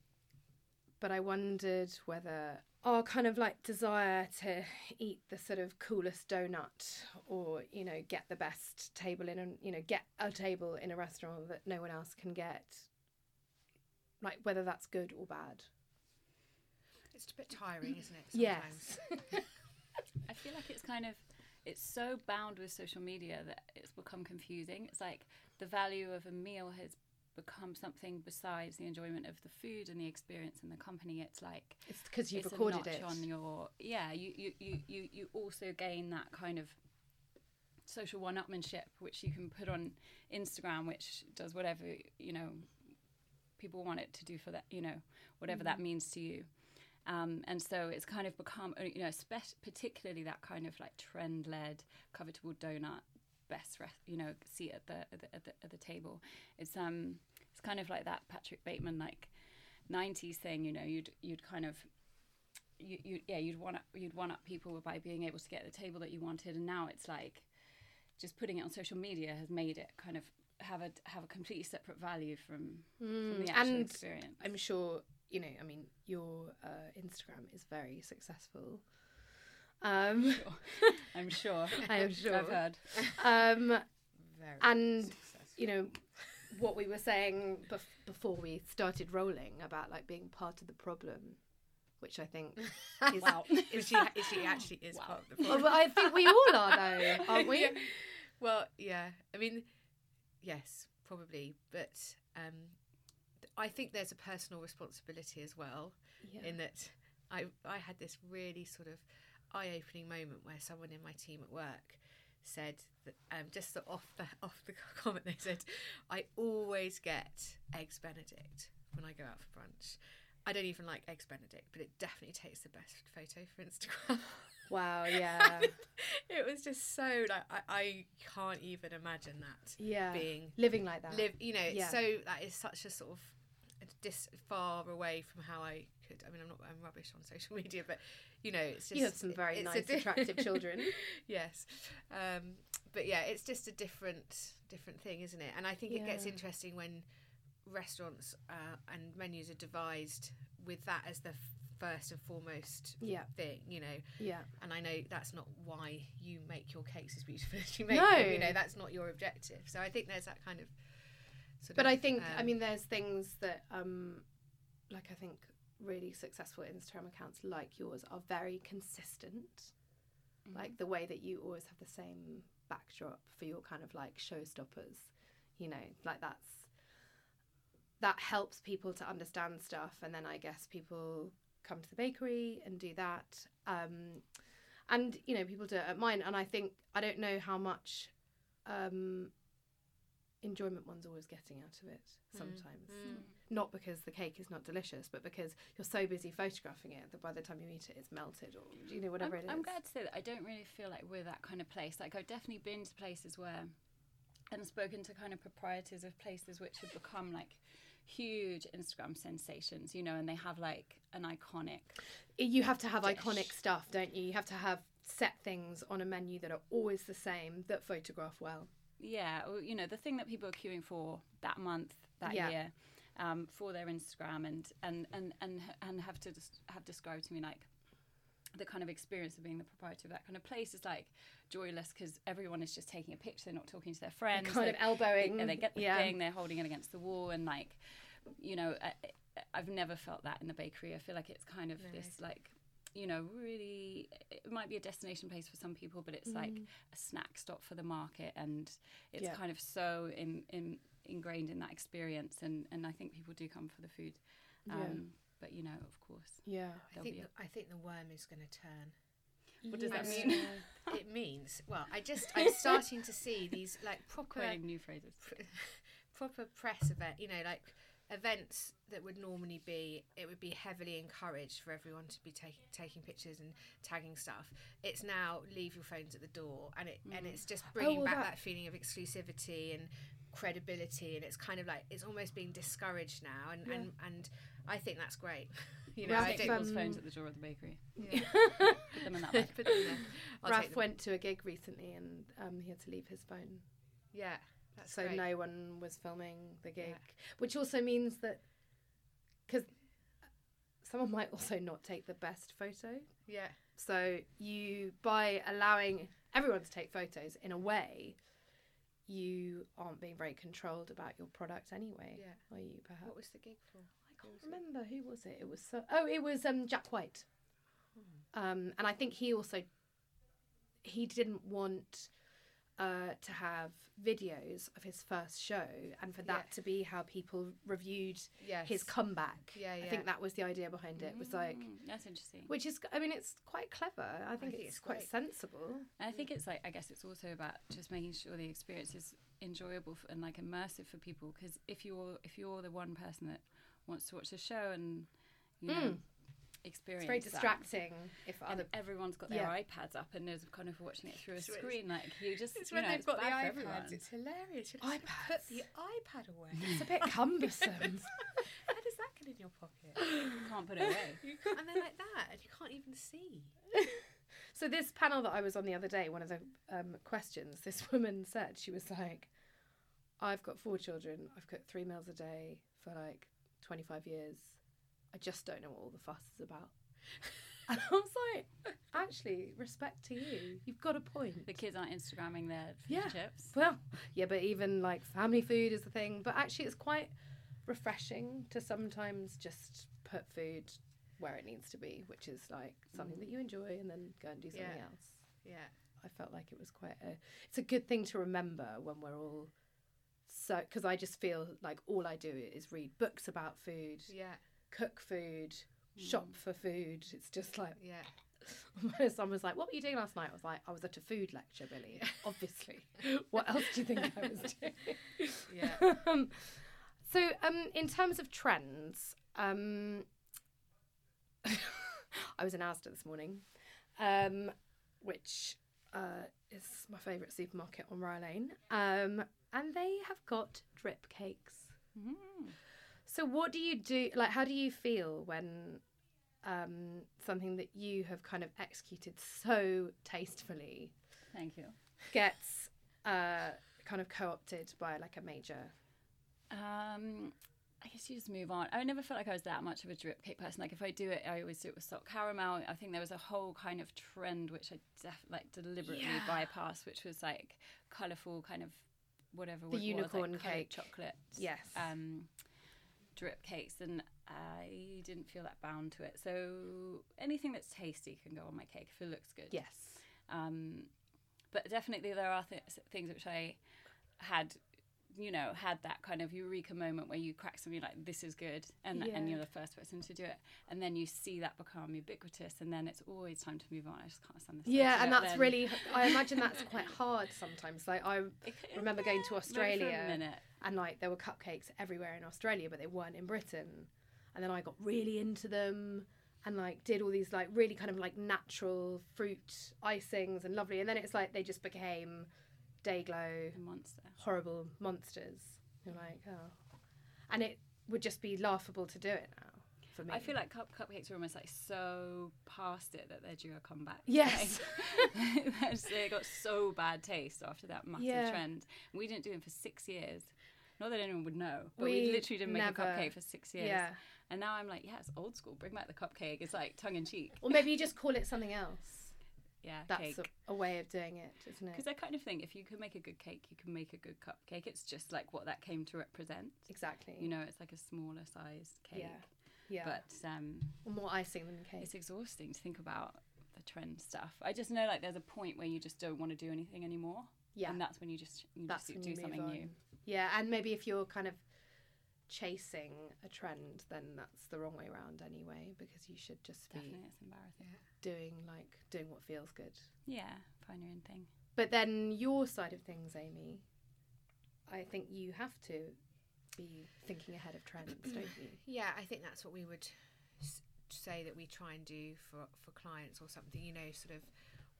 A: but I wondered whether our kind of like desire to eat the sort of coolest donut or you know get the best table in and you know get a table in a restaurant that no one else can get like whether that's good or bad
C: It's a bit tiring, isn't it? sometimes?
A: yes
B: I feel like it's kind of it's so bound with social media that it's become confusing. It's like the value of a meal has become something besides the enjoyment of the food and the experience and the company. It's like
A: it's because you've
B: it's
A: recorded
B: a notch
A: it
B: on your yeah. You you, you, you you also gain that kind of social one-upmanship which you can put on Instagram, which does whatever you know people want it to do for that you know whatever that means to you. Um, and so it's kind of become, uh, you know, spe- particularly that kind of like trend-led, covetable donut, best, rest, you know, seat at the at the, at the at the table. It's um, it's kind of like that Patrick Bateman like '90s thing. You know, you'd you'd kind of you, you yeah you'd one up you'd one up people by being able to get the table that you wanted, and now it's like just putting it on social media has made it kind of have a have a completely separate value from, from the
A: Mm,
B: actual
A: and
B: experience.
A: i'm sure you know i mean your uh, instagram is very successful um
B: I'm sure.
A: i am sure
B: I've heard.
A: um
C: Very
A: and
C: successful.
A: you know what we were saying bef- before we started rolling about like being part of the problem which i think is
B: Wow.
C: Is she, is she actually is part of the
A: Well,
C: problem.
A: I think we all are though, aren't we?
C: Yeah. Well, yeah. I mean, yes, probably. But um, th- I think there's a personal responsibility as well. in that I I had this really sort of eye-opening moment where someone in my team at work said that um, just sort of off the off the comment they said I always get eggs Benedict when I go out for brunch. I don't even like eggs Benedict, but it definitely takes the best photo for Instagram.
A: Wow, yeah.
C: it was just so like I, I can't even imagine that
A: Yeah.
C: being
A: Living like that.
C: live you know it's
A: Yeah.
C: so that is such a sort of a dis- far away from how i could i mean i'm not i'm rubbish on social media but you know it's just
A: you have some very
C: it's a
A: nice,
C: di-
A: attractive children.
C: yes um but yeah it's just a different different thing isn't it and i think it gets
A: Yeah.
C: interesting when restaurants uh, and menus are devised with that as the f- first and foremost
A: Yeah,
C: thing you know
A: yeah.
C: and i know that's not why you make your cakes as beautiful as you make
A: No.
C: them you know that's not your objective so i think there's that kind of sort
A: But
C: of,
A: I think, I
C: um,
A: mean, there's things that, um, like, I think really successful Instagram accounts like yours are very consistent.
B: Mm-hmm.
A: Like the way that you always have the same backdrop for your kind of like showstoppers, you know, like that's that helps people to understand stuff, and then I guess people come to the bakery and do that. Um, and you know, people do it at mine, and I think I don't know how much um, enjoyment one's always getting out of it
B: Mm.
A: sometimes. Not because the cake is not delicious, but because you're so busy photographing it that by the time you eat it, it's melted or you know whatever
B: I'm,
A: it is.
B: I'm glad to say that I don't really feel like we're that kind of place. Like I've definitely been to places where, and spoken to kind of proprietors of places which have become like huge Instagram sensations, you know, and they have like an iconic.
A: You have to have iconic
B: Dish.
A: stuff, don't you? You have to have set things on a menu that are always the same that photograph well.
B: Yeah, or, you know, the thing that people are queuing for that month, that
A: Yeah.
B: year. um, for their Instagram and and and and and have to des- have described to me like the kind of experience of being the proprietor of that kind of place is like joyless because everyone is just taking a picture, they're not talking to their friends,
A: kind of
B: they're-
A: elbowing.
B: and they get the
A: Mm, yeah.
B: thing, they're holding it against the wall, and like, you know, I, I- I've never felt that in the bakery. I feel like it's kind of
C: No.
B: this like. You know, really, it might be a destination place for some people, but it's like a snack stop for the market, and it's
A: Mm-hmm. Yeah.
B: kind of so in, in, ingrained in that experience. And, and I think people do come for the food,
A: Yeah.
B: um, but you know, of course,
A: Yeah.
C: I
B: there'll
C: think
B: be a
C: the, I think the worm is going to turn.
B: What does that
C: Yes.
B: mean?
C: it means well. I just I'm starting to see these like proper
B: Creating new phrases.
C: pr- proper press event. You know, like events that would normally be it would be heavily encouraged for everyone to be taking taking pictures and tagging stuff. It's now leave your phones at the door, and it and it's just bringing
A: Mm. Oh, well,
C: back
A: that-
C: that feeling of exclusivity and credibility and it's kind of like it's almost being discouraged now and and, and I think that's great you know
A: Well, I
C: I
A: think
C: don't
A: um,
B: People's phones at the door of the bakery.
C: yeah.
B: Put them in that way.
C: put them there. I'll take
A: Ralph
C: them.
A: went to a gig recently and um, he had to leave his phone,
C: yeah that's
A: so
C: great.
A: no one was filming the gig, which also means that because someone might also not take the best photo.
C: yeah
A: So you by allowing everyone to take photos in a way, you aren't being very controlled about your product anyway.
C: Yeah.
A: Are you perhaps?
C: What was the gig for?
A: I can't remember who was it. It was so. Oh, it was um, Jack White.
C: Hmm.
A: Um, and I think he also he didn't want uh, to have videos of his first show, and for that
C: Yeah.
A: to be how people reviewed
C: Yes.
A: his comeback.
C: Yeah,
A: I
C: yeah.
A: think that was the idea behind it. Was like,
B: Mm, that's interesting.
A: which is, I mean, it's quite clever. I think,
C: think
A: it's,
C: it's
A: quite
C: great.
A: sensible.
B: And I
C: Mm.
B: think it's like I guess it's also about just making sure the experience is enjoyable f and like immersive for people because if you're if you're the one person that wants to watch the show and you know
C: Mm.
B: experience
A: It's very
B: that,
A: distracting if
B: and
A: other.
B: everyone's got their
A: Yeah.
B: iPads up and is kind of watching it through a
C: It's when-
B: screen like you just
C: It's
B: you
C: when
B: know,
C: they've
B: it's
C: got the
B: bad
C: iPads.
B: for everyone.
C: It's hilarious. You're just gonna
A: iPads.
C: Put the iPad away.
A: It's a bit cumbersome.
C: How does that get in your pocket?
B: you can't put it away
C: You can't, and they're like that, and you can't even see.
A: So this panel that I was on the other day, one of the um, questions this woman said, she was like, "I've got four children. I've cooked three meals a day for like 25 years. I just don't know what all the fuss is about." And I was like, "Actually, respect to you. You've got a point."
B: the kids aren't Instagramming their fish
A: Yeah.
B: chips
A: Well, yeah, but even like family food is a thing. But actually, it's quite refreshing to sometimes just put food where it needs to be, which is like something that you enjoy, and then go and do something
C: Mm. Yeah.
A: else.
C: Yeah.
A: I felt like it was quite a. It's a good thing to remember when we're all so because I just feel like all I do is read books about food,
C: Yeah. Mm.
A: cook food, shop for food. It's just like
C: Yeah.
A: when someone's like, "What were you doing last night?" I was like, "I was at a food lecture, Billy. Obviously. what else do you think I was doing?"
C: Yeah.
A: um, so, um, in terms of trends, um, I was in Asda this morning, um, which uh, is my favourite supermarket on Rye Lane, um, and they have got drip cakes.
C: Mm-hmm.
A: So, what do you do? Like, how do you feel when um, something that you have kind of executed so tastefully
B: thank you
A: gets uh, kind of co-opted by like a major?
B: Um, I guess you just move on. I never felt like I was that much of a drip cake person. Like if I do it, I always do it with salt caramel. I think there was a whole kind of trend which I def- like deliberately bypassed, which was like colourful kind of whatever the
A: unicorn cake.
B: chocolate,
A: Yes.
B: um, drip cakes, and I didn't feel that bound to it. So anything that's tasty can go on my cake if it looks good.
A: Yes.
B: Um, but definitely there are th- things which I had, you know, had that kind of eureka moment where you crack something like this is good, and and
A: Yeah.
B: you're the first person to do it, and then you see that become ubiquitous, and then it's always time to move on. I just can't stand this.
A: Yeah,
B: idea
A: and that's
B: then-
A: really. I imagine that's quite hard sometimes. Like I remember going to
B: Maybe for a
A: Australia,
B: minute.
A: and like there were cupcakes everywhere in Australia, but they weren't in Britain. And then I got really into them, and like did all these like really kind of like natural fruit icings and lovely. And then it's like they just became day glow
B: A monster.
A: horrible monsters. You're like, oh, and it would just be laughable to do it now for me.
B: I feel like cup- cupcakes are almost like so past it that they're due a comeback.
A: Yes.
B: Like, that's- they got so bad taste after that massive
A: Yeah.
B: trend. We didn't do them for six years. Not that anyone would know, but we,
A: We
B: literally didn't make a
A: never-
B: cupcake for six years.
A: Yeah.
B: And now I'm like, yeah, it's old school. Bring back the cupcake. It's like tongue in cheek.
A: Or maybe you just call it something else.
B: Yeah,
A: That's
B: cake.
A: a, a way of doing it, isn't it?
B: Because I kind of think if you can make a good cake, you can make a good cupcake. It's just like what that came to represent.
A: Exactly.
B: You know, it's like a smaller sized cake.
A: Yeah. yeah.
B: But um,
A: Or more icing than cake.
B: it's exhausting to think about the trend stuff. I just know like there's a point where you just don't want to do anything anymore.
A: Yeah.
B: And that's when you just you
A: That's
B: just
A: when
B: do
A: you move
B: something
A: on.
B: new.
A: Yeah, and maybe if you're kind of chasing a trend, then that's the wrong way around anyway, because you should just be
B: Definitely, it's embarrassing.
A: doing like doing what feels good.
B: Yeah, find your own thing.
A: But then your side of things, Amy, I think you have to be thinking ahead of trends, don't you?
C: Yeah, I think that's what we would s- say that we try and do for for clients or something. You know, sort of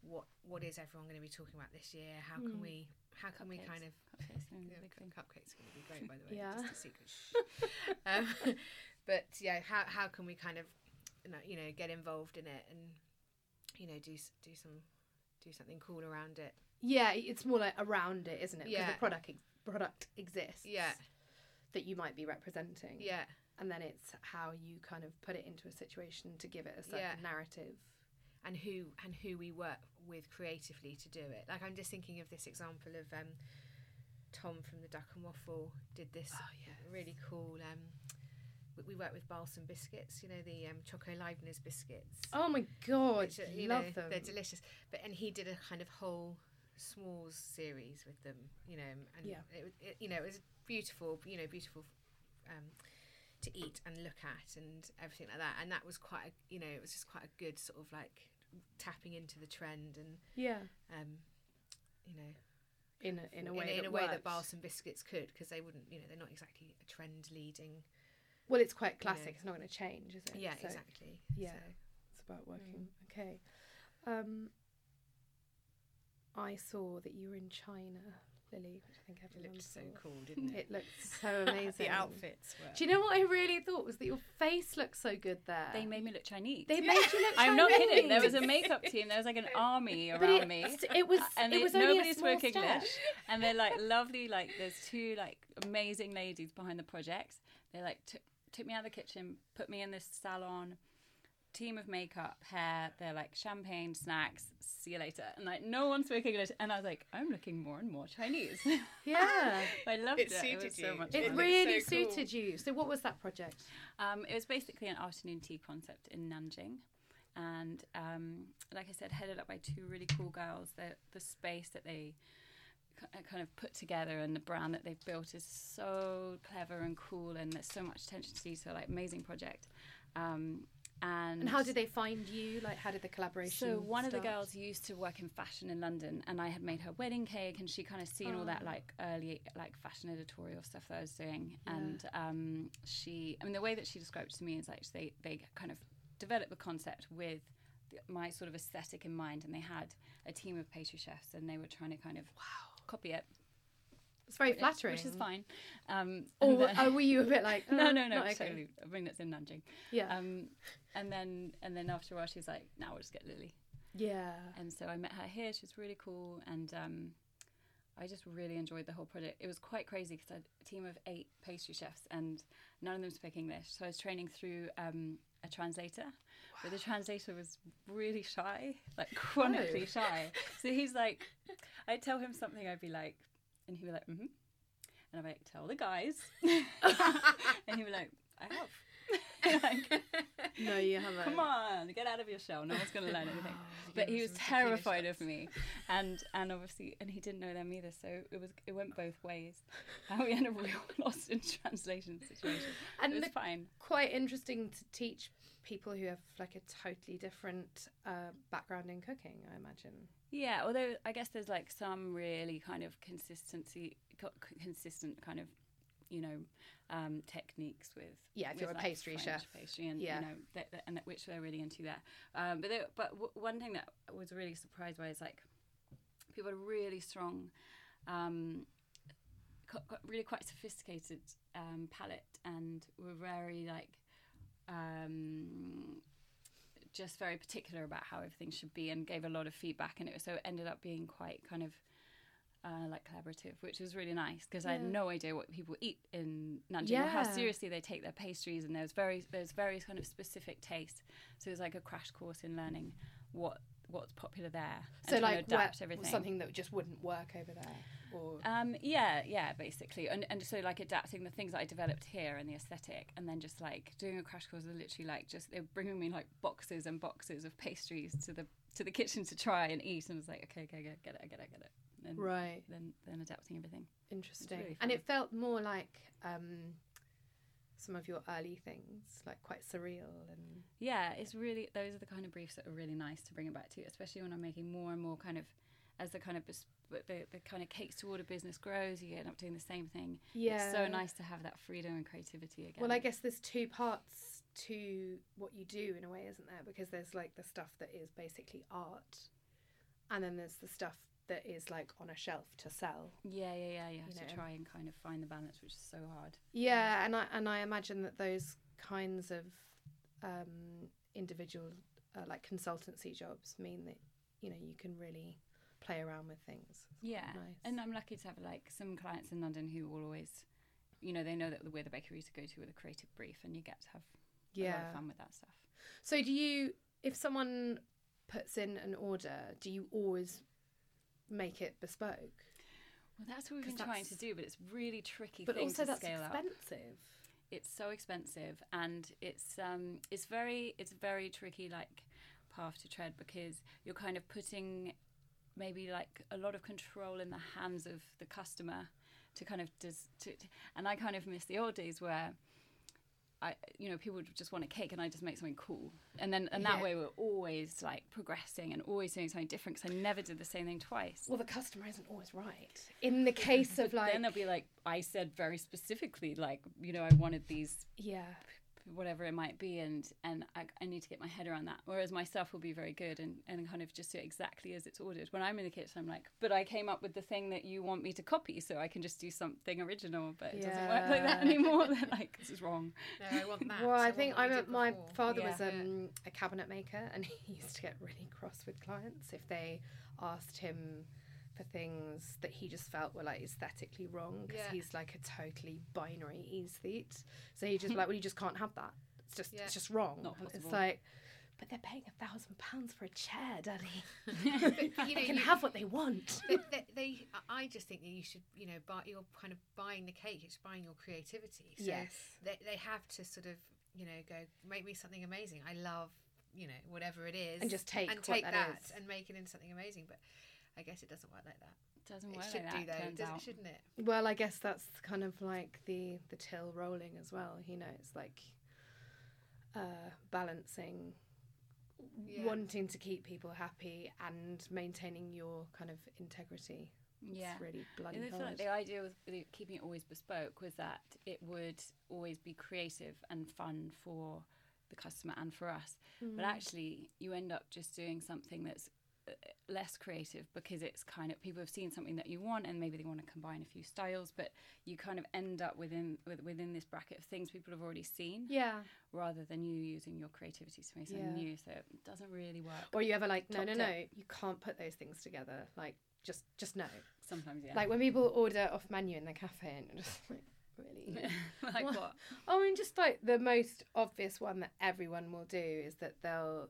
C: what what is everyone going to be talking about this year? How
B: Hmm.
C: can we how can we
B: Cupcakes.
C: kind of
B: Cupcakes are the
C: yeah,
B: big
C: cu-
B: thing.
C: cupcakes are going to be great by the way.
A: Yeah.
C: Just a secret. shh. um, but yeah, how how can we kind of you know, you know get involved in it and you know do s- do some do something cool around it?
A: Yeah, it's more like around it, isn't it? Because
C: Yeah.
A: the product ex- product exists.
C: Yeah.
A: That you might be representing.
C: Yeah.
A: And then it's how you kind of put it into a situation to give it a certain
C: Yeah.
A: narrative.
C: and who and who we work with creatively to do it. Like I'm just thinking of this example of um, Tom from the Duck and Waffle did this
A: Oh,
C: really cool. Um, we- we work with Balsam biscuits, you know the um, Choco Leibniz biscuits.
A: Oh my god,
C: which are-
A: you love them.
C: They're delicious. But and he did a kind of whole s'mores series with them, you know, and
A: Yeah.
C: it, was- it, you know it was beautiful, you know, beautiful um, to eat and look at and everything like that. And that was quite, a, you know, it was just quite a good sort of like tapping into the trend and
A: yeah.
C: um, you know
A: In a, in a
C: in
A: way,
C: a, in
A: that
C: a way
A: works.
C: that Balsam biscuits could because they wouldn't, you know, they're not exactly a trend leading.
A: Well, it's quite
C: know.
A: classic. It's not going to change, is it?
C: Yeah, Mm.
A: So
C: exactly.
A: yeah.
C: So-
A: It's about working. Okay. Um, I saw that you were in China, Lily, which I think
C: It
A: everyone
C: looked so
A: saw.
C: cool, didn't it?
A: It looked so amazing.
C: the outfits were.
A: Do you know what I really thought was that your face looked so good there.
B: They made me look Chinese.
A: Uh, They made you look.
B: I'm not
A: Chinese.
B: kidding. There was a makeup team. There was like an army
A: But
B: around
A: it,
B: me.
A: It was.
B: and
A: it
B: they-
A: was only
B: nobody
A: a small
B: spoke
A: step.
B: English, and they're like lovely. Like there's two like amazing ladies behind the project. They like t- took me out of the kitchen, put me in this salon, team of makeup, hair. They're like champagne, snacks. See you later. And like no one spoke English, and I was like, I'm looking more and more Chinese.
A: Yeah.
B: I loved it.
C: It suited
B: It was so
C: you.
B: much
C: It
A: It
B: fun.
C: looked
A: really
C: so cool.
A: suited you. So, what was that project?
B: Um, it was basically an afternoon tea concept in Nanjing. And um, like I said, headed up by two really cool girls. The, the space that they ki- uh, kind of put together and the brand that they've built is so clever and cool, and there's so much attention to detail. Like amazing project. Um, and,
A: And how did they find you? Like, how did the collaboration?
B: so one of the
A: start?
B: girls used to work in fashion in London, and I had made her wedding cake, and she kind of seen all
A: Oh.
B: that like early like fashion editorial stuff that I was doing, and um, she, I mean, the way that she described it to me is like they they kind of developed the concept with the- my sort of aesthetic in mind, and they had a team of pastry chefs, and they were trying to kind of copy it,
A: It's very
B: which-
A: flattering.
B: which is fine. Um,
A: Or
B: and
A: were-
B: then-
A: oh, were you a bit like?
B: no,
A: "Uh,
B: no, no,
A: not okay."
B: totally. I mean, that's in Nanjing.
A: Yeah.
B: Um, and then and then after a while, she's like, "Now we'll just get Lily."
A: yeah.
B: And so I met her here. She was really cool, and um, I just really enjoyed the whole project. It was quite crazy because I had a team of eight pastry chefs, and none of them spoke English. So I was training through um, a translator, but the translator was really shy, like chronically shy. So he's like, I'd tell him something, I'd be like, and he'd be like, mm-hmm. and I'd be like, tell the guys, and he'd be like, I have. like,
A: No, you haven't.
B: come on, get out of your shell. No one's going to learn anything but he was terrified of me and and obviously and he didn't know them either so it was it went both ways and we had a real lost in translation situation
A: And
B: it was
A: the-
B: fine
A: quite interesting to teach people who have like a totally different uh, background in cooking. I imagine.
B: yeah although i guess there's like some really kind of consistency co- consistent kind of you know um, techniques with
A: Yeah, if
B: with,
A: you're a
B: like,
A: pastry
B: French
A: chef.
B: pastry and
A: Yeah.
B: you know that, that- and that, which they're really into there um, but they, but w- one thing that I was really surprised by is like people are really strong um, co- co- really quite sophisticated um, palate and were very like um, just very particular about how everything should be and gave a lot of feedback and it was so it ended up being quite kind of uh, like collaborative, which was really nice because I had
A: Yeah.
B: no idea what people eat in Nanjing or how
A: Yeah.
B: seriously they take their pastries, and there's very there's very kind of specific tastes. So it was like a crash course in learning what what's popular there. and
A: So
B: trying to
A: like where-
B: adapt everything.
A: something that just wouldn't work over there, or
B: Um, yeah, yeah, basically, and and so like adapting the things that I developed here and the aesthetic, and then just like doing a crash course, of literally like just they were bringing me like boxes and boxes of pastries to the to the kitchen to try and eat, and I was like, okay, okay, okay get it, I get it, I get it, and then,
A: right.
B: then then adapting everything.
A: Interesting.
B: really
A: and
B: fun.
A: it felt more like um, some of your early things, like quite surreal and
B: Yeah, it's really those are the kind of briefs that are really nice to bring it back to, especially when I'm making more and more kind of as the kind of bes- the, the kind of cakes to order business grows, you end up doing the same thing. it's so
A: Yeah.
B: nice to have that freedom and creativity again.
A: Well, I guess there's two parts to what you do in a way, isn't there? Because there's like the stuff that is basically art, and then there's the stuff that is like on a shelf to sell.
B: yeah, yeah, yeah. You have
A: you
B: to
A: know.
B: try and kind of find the balance, which is so hard.
A: Yeah, and I and I imagine that those kinds of um, individual uh, like consultancy jobs mean that you know you can really play around with things.
B: Yeah,
A: nice.
B: and I'm lucky to have like some clients in London who will always, you know, they know that we're the bakery to go to with a creative brief, and you get to have a lot
A: Yeah.
B: of fun with that stuff.
A: So do you if someone puts in an order, do you always make it bespoke?
B: Well, that's what we've been
A: 'Cause
B: trying to
A: that's-
B: do, but it's really tricky.
A: But
B: thing
A: also
B: to
A: that's
B: scale up.
A: expensive.
B: it's so expensive and it's um it's very it's a very tricky like path to tread because you're kind of putting maybe like a lot of control in the hands of the customer to kind of dis- to, to- and I kind of miss the old days where I you know people would just want a cake and I just make something cool and then and that
A: Yeah.
B: way we're always like progressing and always doing something different because I never did the same thing twice
A: Well, the customer isn't always right. In the case of like,
B: then they'll be like I said very specifically like you know I wanted these
A: yeah,
B: whatever it might be and and I, I need to get my head around that whereas myself will be very good and, and kind of just do it exactly as it's ordered when i'm in the kitchen i'm like but i came up with the thing that you want me to copy so i can just do something original but it doesn't work like that
A: Yeah.
B: anymore they're like this is wrong
C: No, I want that.
A: well, I
C: want
A: think
C: what
A: I
C: we
A: am
C: did
A: my
C: before.
A: father was
B: Yeah.
A: um, a cabinet maker, and he used to get really cross with clients if they asked him for things that he just felt were like aesthetically wrong because
C: Yeah.
A: he's like a totally binary aesthete. So he just like, well, you just can't have that. It's just,
C: Yeah.
A: it's just wrong.
B: Not
A: And
B: possible.
A: It's like, but they're paying a thousand pounds for a chair, Daddy.
C: But, you know,
A: They can
C: you-
A: have what they want.
C: they, they, they, I just think that you should, you know, buy, you're kind of buying the cake. It's buying your creativity. So They, they have to sort of, you know, go make me something amazing. I love, you know, whatever it is,
A: And just take
C: and
A: what
C: take
A: that is.
C: and make it into something amazing. But I guess it doesn't work like that.
B: it doesn't
C: It
B: work
C: should
B: like
C: do
B: that
C: though,
B: turns
C: does
B: out.
C: it? Shouldn't it?
A: Well, I guess that's kind of like the the till rolling as well. You know, it's like uh, balancing
C: Yeah.
A: wanting to keep people happy and maintaining your kind of integrity.
B: yeah
A: It's really bloody
B: And I feel
A: hard.
B: like the idea with the- keeping it always bespoke was that it would always be creative and fun for the customer and for us.
A: Mm.
B: But actually, you end up just doing something that's uh, less creative because it's kind of people have seen something that you want and maybe they want to combine a few styles, but you kind of end up within with, within this bracket of things people have already seen
A: yeah.
B: rather than you using your creativity to make something
A: Yeah.
B: new. So it doesn't really work.
A: Or you ever like, no,
B: Top
A: no,
B: tip.
A: no, you can't put those things together. Like, just, just no.
B: Sometimes, yeah.
A: Like when people order off menu in the cafe, and you're just like, really.
B: like
A: Well,
B: what?
A: Oh, and just like the most obvious one that everyone will do is that they'll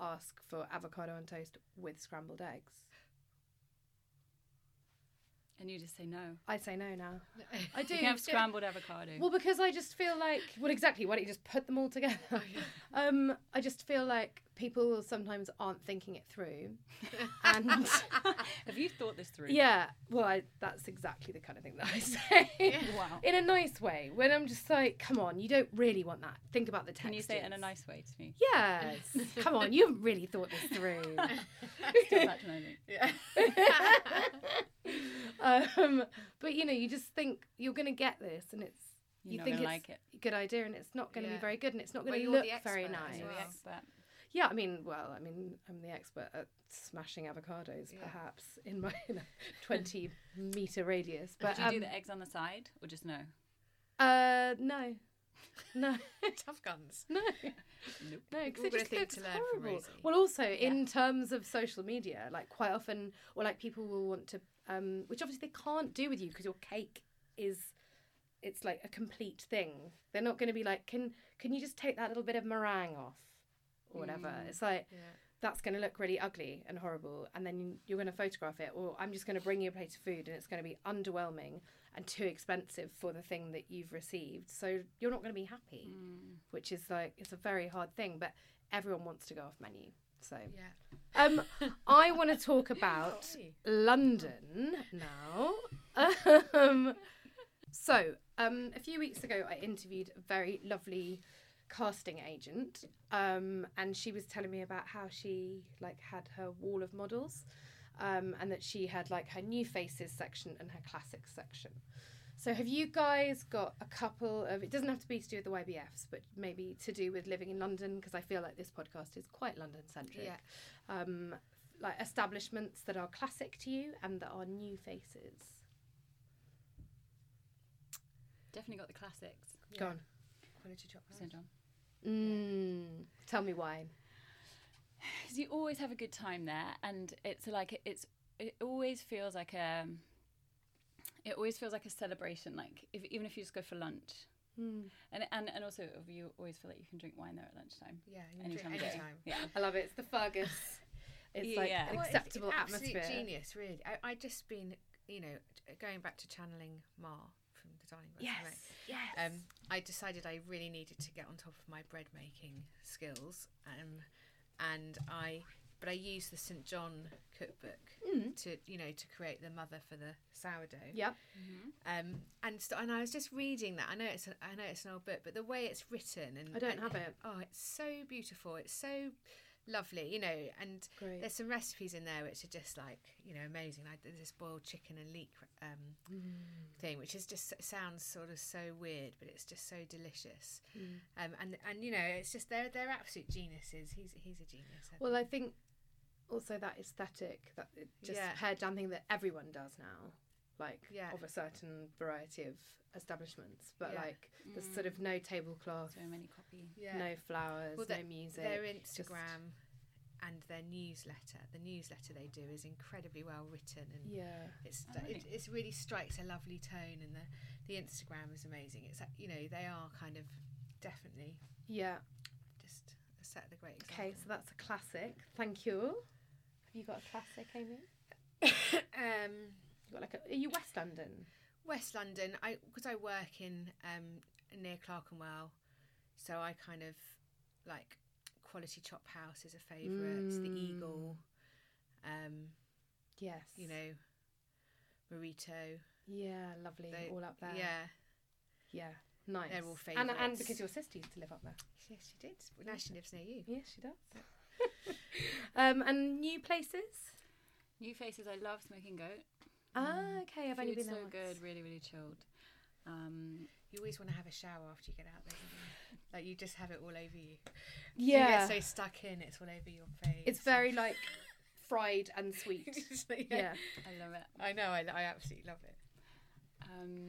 A: ask for avocado on toast with scrambled eggs.
B: And you just say no.
A: I say no now. I do.
B: You can have
A: yeah.
B: scrambled avocado.
A: Well, because I just feel like, well, exactly. Why don't you just put them all together?
C: Oh,
B: Oh,
A: Um, I just feel like people sometimes aren't thinking it through, and
B: have you thought this through?
A: yeah, well, I, that's exactly the kind of thing that I say.
B: Wow.
A: In a nice way, when I'm just like, come on, you don't really want that. Think about the texture.
B: Can you say it in a nice way to me?
A: Yes. Come on, you haven't really thought this through.
B: Still that moment.
C: Yeah.
A: um, but you know, you just think you're going to get this, and it's
B: You're
A: You
B: not
A: think
B: gonna
A: it's-
B: like it.
A: a good idea, and it's not going to
C: Yeah.
A: be very good, and it's not
C: Well,
A: going to
C: you're
A: look
C: the
A: very
C: expert
A: nice.
C: as
B: You're the
C: well.
B: expert.
A: Yeah, I mean, well, I mean, I'm the expert at smashing avocados,
C: Yeah.
A: perhaps in my in a 20 meter radius. But
B: do you do
A: um,
B: the eggs on the side or just no?
A: uh, no, no,
C: Tough guns.
A: no,
B: Nope.
A: no,
C: We've
A: because
C: all
A: it
C: got a
A: just
C: thing
A: looks
C: to learn from
A: horrible.
C: Rosie.
A: Well, also in terms of social media, like quite often, or like people will want to um, which obviously they can't do with you because your cake is it's like a complete thing. They're not going to be like, can can you just take that little bit of meringue off or whatever?
C: Mm.
A: It's like
C: Yeah.
A: that's going to look really ugly and horrible, and then you're going to photograph it, or I'm just going to bring you a plate of food and it's going to be underwhelming and too expensive for the thing that you've received. So you're not going to be happy, which is like it's a very hard thing, but everyone wants to go off menu. So
C: Yeah.
A: um, I want to talk about
C: Hey.
A: London now. Um, so, um, a few weeks ago, I interviewed a very lovely casting agent, um, and she was telling me about how she like had her wall of models, um, and that she had like her new faces section and her classics section. So, have you guys got a couple of? It doesn't have to be to do with the YBFs, but maybe to do with living in London because I feel like this podcast is quite London centric
C: Yeah.
A: um, like establishments that are classic to you and that are new faces.
B: Definitely got the classics.
A: Go on.
C: Where did you drop
B: So, John.
A: Mm, tell me why.
B: because you always have a good time there, and it's like it's it always feels like a it always feels like a celebration. Like if, even if you just go for lunch, and and and also you always feel like you can drink wine there at lunchtime.
C: Yeah, you can
B: Anytime,
C: drink
B: day.
C: anytime.
B: yeah.
A: I love it. It's the Fergus. It's like
B: Yeah.
A: an
C: Well, it's-
A: acceptable
C: it's
A: atmosphere.
C: Absolute genius, really. I, I just been, you know, t- going back to channeling Ma from the Darling Birds.
A: Yes. Yes.
C: Um, I decided I really needed to get on top of my bread making skills, um, and I, but I used the St John cookbook to, you know, to create the mother for the sourdough.
A: Mm. yep.
B: Mm-hmm.
C: Um, and st- and I was just reading that. I know it's a, I know it's an old book, but the way it's written and
A: I don't
C: and-
A: have it.
C: Oh, it's so beautiful. It's so lovely, you know. And
A: Great.
C: there's some recipes in there which are just like you know amazing. Like there's this boiled chicken and leek um,
A: Mm-hmm.
C: thing, which is just sounds sort of so weird, but it's just so delicious. Um, and and you know, it's just they're they're absolute geniuses. He's he's a genius. I
A: Well, I think also that aesthetic, that it just
C: Yeah.
A: paired down thing that everyone does now, like
C: Yeah.
A: of a certain variety of establishments, but
C: Yeah.
A: like there's sort of no tablecloth,
B: So many copy.
C: think. yeah.
A: no flowers,
C: Well,
A: no
C: they're-
A: music.
C: their
A: just-
C: Instagram and their newsletter. The newsletter they do is incredibly well written and
A: Yeah.
C: it's
B: Oh, really?
C: it, it's really strikes a lovely tone and the the Instagram is amazing. It's like, you know they are kind of definitely
A: Yeah.
C: just a set the great example.
A: Okay, so that's a classic. Thank you. Have you got a classic, Amy?
C: Um,
A: You got like a, are you West London?
C: West London, I because I work in um, near Clerkenwell, so I kind of like quality chop house is a favourite.
A: Mm.
C: The Eagle, um,
A: Yes.
C: you know, Marito.
A: Yeah, lovely.
C: they-
A: all up there.
C: Yeah,
A: Yeah. Nice.
C: They're all
A: And, and
C: favourites.
A: because your sister used to live up there.
C: yes, she did. Well, now she lives near you.
A: Yeah, she does. um, and new places.
B: New faces. I love smoking goat.
A: Ah, okay. I've only been
B: Food's so
A: there once.
B: good. Really, really chilled. Um,
C: You always want to have a shower after you get out there. don't you? Like you just have it all over you.
A: Yeah.
C: you get so stuck in, it's all over your face.
A: it's very like fried and sweet.
C: Just like,
A: yeah.
B: I love it.
C: I know. I, I absolutely love it.
B: Um,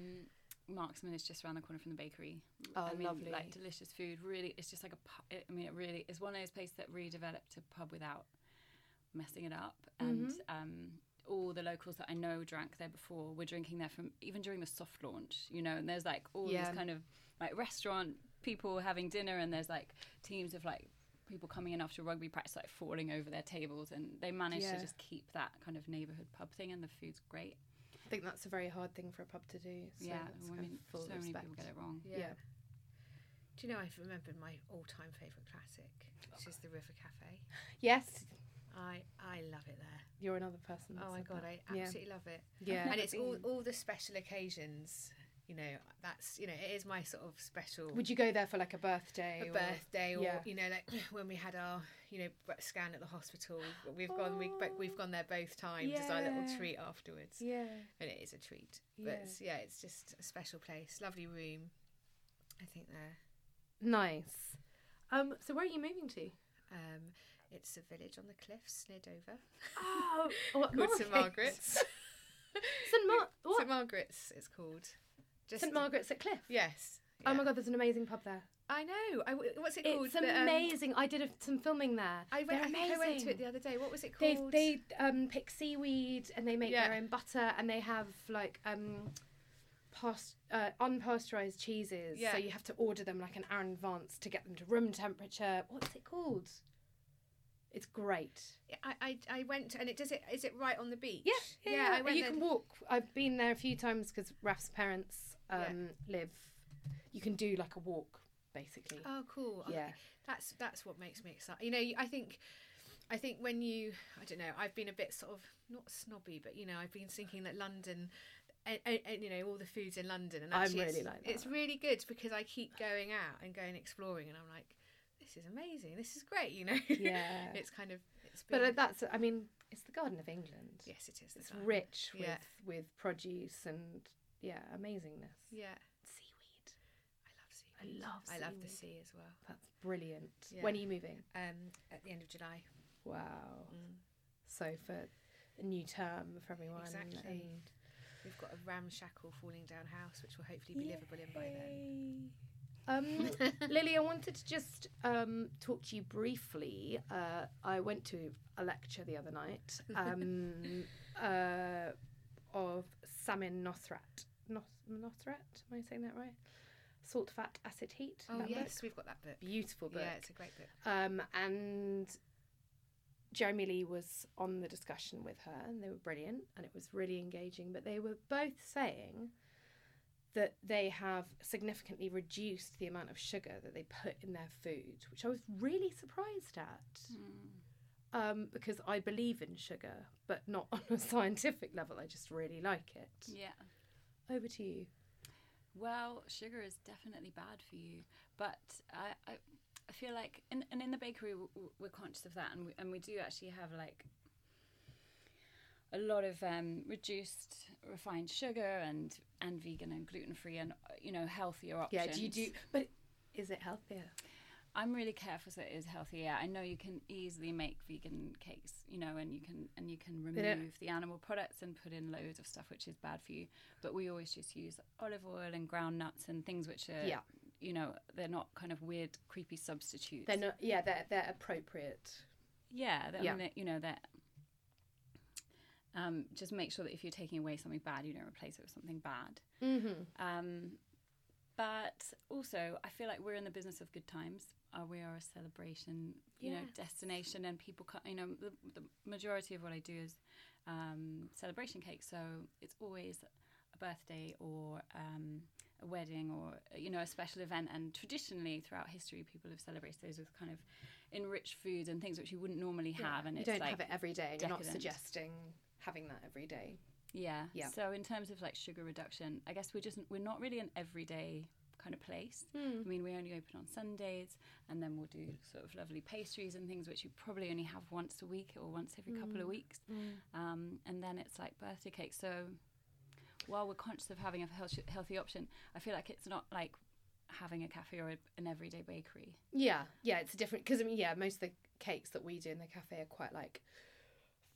B: Marksman is just around the corner from the bakery.
A: Oh,
B: I mean,
A: lovely.
B: Like delicious food. Really, it's just like a. pu- it- I mean, it really is one of those places that redeveloped a pub without messing it up. And
A: Mm-hmm.
B: um, all the locals that I know drank there before were drinking there from even during the soft launch. You know, and there's like all
A: Yeah.
B: these kind of like restaurant people having dinner, and there's like teams of like people coming in after rugby practice like falling over their tables and they managed
A: Yeah.
B: to just keep that kind of neighborhood pub thing and the food's great
A: I think that's a very hard thing for a pub to do. So
B: yeah
A: that's
B: and
A: kind
B: women,
A: of
B: so
A: full
B: many
A: respect.
B: people get it wrong
A: Yeah.
C: Do you know I've remembered my all-time favourite classic, which is the River Cafe.
A: Yes.
C: I I love it there.
A: You're another person. that
C: Oh my
A: said
C: god,
A: that.
C: I
A: Yeah.
C: absolutely love it.
A: Yeah.
C: And it's all all the special occasions. You know, that's you know it is my sort of special.
A: Would you go there for like a birthday?
C: a
A: or-
C: birthday, or
A: yeah.
C: you know, like when we had our, you know, b- scan at the hospital. We've gone, we, but we've gone there both times as our little
A: yeah.
C: treat afterwards,
A: Yeah.
C: and it is a treat.
A: Yeah.
C: But it's- yeah, it's just a special place, lovely room. I think there.
A: Nice. Um, so where are you moving to?
C: Um, it's a village on the cliffs near Dover
A: Oh, what,
C: called St Margaret's.
A: St. Mar- what?
C: St Margaret's, it's called. Just
A: St. Margaret's at Cliff.
C: Yes,
A: Oh
C: Yeah.
A: my god, there's an amazing pub there.
C: I know. I w what's it called?
A: It's
C: The, um,
A: amazing. I did a, some filming there.
C: I, went,
A: They're
C: I think I went to
A: amazing.
C: it the other day. What was it
A: They
C: called?
A: they um, pick seaweed and they make
C: Yeah.
A: their own butter and they have like um, past, uh, unpasteurized cheeses.
C: Yeah.
A: So you have to order them like an hour in advance to get them to room temperature. What's it called? It's great.
C: I, I, I went and it does it. Is it right on the beach?
A: Yeah, yeah. yeah.
C: I went
A: you
C: there.
A: can walk. I've been there a few times because Raf's parents um,
C: Yeah.
A: live. You can do like a walk basically.
C: Oh, cool. Okay.
A: Yeah.
C: that's that's what makes me excited. You know, I think, I think when you, I don't know, I've been a bit sort of not snobby, but you know, I've been thinking that London. And, and, and, you know all the foods in London, and
A: I'm
C: actually
A: really
C: it's,
A: like
C: it's really good because I keep going out and going exploring, and I'm like, this is amazing, this is great, you know.
A: Yeah.
C: it's kind of it's been,
A: But uh, that's. I mean, it's the Garden of England.
C: yes, it is. the
A: It's
C: time.
A: rich with
C: Yeah.
A: with produce and yeah, amazingness.
C: Yeah,
A: Seaweed.
C: I love sea.
A: I love
C: I love the
A: seaweed.
C: sea as well.
A: That's brilliant. When are you moving?
C: Um, at the end of July.
A: Wow.
C: Mm.
A: So for a new term for everyone.
C: Exactly.
A: and-
C: We've got a ramshackle falling down house, which will hopefully be livable in by then.
A: Um, Lily, I wanted to just um, talk to you briefly. Uh, I went to a lecture the other night um, uh, of Samin Nosrat. Nos- Nosrat, am I saying that right? Salt, fat, acid, heat.
C: Oh
A: that book.
C: yes, we've got that book.
A: Beautiful book.
C: Yeah, it's a great book.
A: Um, and Jeremy Lee was on the discussion with her, and they were brilliant, and it was really engaging. But they were both saying that they have significantly reduced the amount of sugar that they put in their food, which I was really surprised at.
B: Hmm.
A: Um, because I believe in sugar, but not on a scientific level. I just really like it.
B: Yeah.
A: Over to you.
B: Well, sugar is definitely bad for you, but I, I, I feel like, in, and in the bakery, w- w- we're conscious of that, and we, and we do actually have like a lot of um, reduced refined sugar and and vegan and gluten free and uh, you know healthier options.
A: Yeah, do you do? But is it healthier?
B: I'm really careful so it is healthy. Yeah, I know you can easily make vegan cakes, you know, and you can and you can remove
A: don't-
B: the animal products and put in loads of stuff which is bad for you. But we always just use olive oil and ground nuts and things which are,
A: Yeah.
B: you know, they're not kind of weird, creepy substitutes.
A: They're not. Yeah, they're they're appropriate.
B: Yeah, that,
A: Yeah.
B: I mean, that, you know that. Um, just make sure that if you're taking away something bad, you don't replace it with something bad. Mm-hmm. Um, but also, I feel like we're in the business of good times. Uh, we are a celebration, you know,
A: Yes.
B: destination, and people. co- You know, the, the majority of what I do is um, celebration cake, so it's always a birthday or um, a wedding or you know a special event. And traditionally, throughout history, people have celebrated those with kind of enriched foods and things which you wouldn't normally have. And
A: you
B: it's
A: don't
B: like
A: have it every day, and you're not
B: decadent.
A: suggesting having that every day.
B: Yeah.
A: Yeah.
B: So in terms of like sugar reduction, I guess we're just we're not really an everyday kind of place. I mean, we only open on Sundays, and then we'll do sort of lovely pastries and things which you probably only have once a week or once every couple of
A: Mm.
B: weeks. Um, and then it's like birthday cake. So while we're conscious of having a health- healthy option, I feel like it's not like having a cafe or a, an everyday bakery.
A: Yeah, yeah, it's different because I mean, yeah, most of the cakes that we do in the cafe are quite like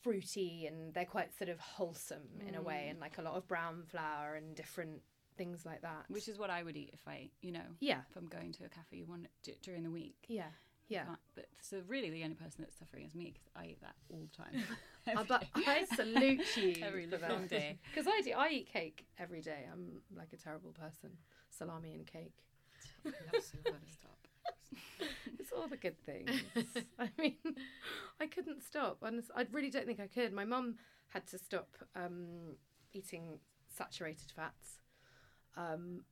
A: fruity and they're quite sort of wholesome in a
B: Hmm.
A: way, and like a lot of brown flour and different things like that.
B: Which is what I would eat if I, you know,
A: yeah,
B: if I'm going to a cafe one d- during the week.
A: yeah, yeah.
B: can't- But so really, the only person that's suffering is me because I eat that all the time.
A: Uh, but I salute you
B: Oh, Every
A: for
B: long
A: that.
B: day.
A: Because I do, I eat cake every day. I'm like a terrible person. Salami and cake.
C: I love salami.
A: It's all the good things. I mean, I couldn't stop. Honest, I really don't think I could. My mum had to stop um, eating saturated fats. Um,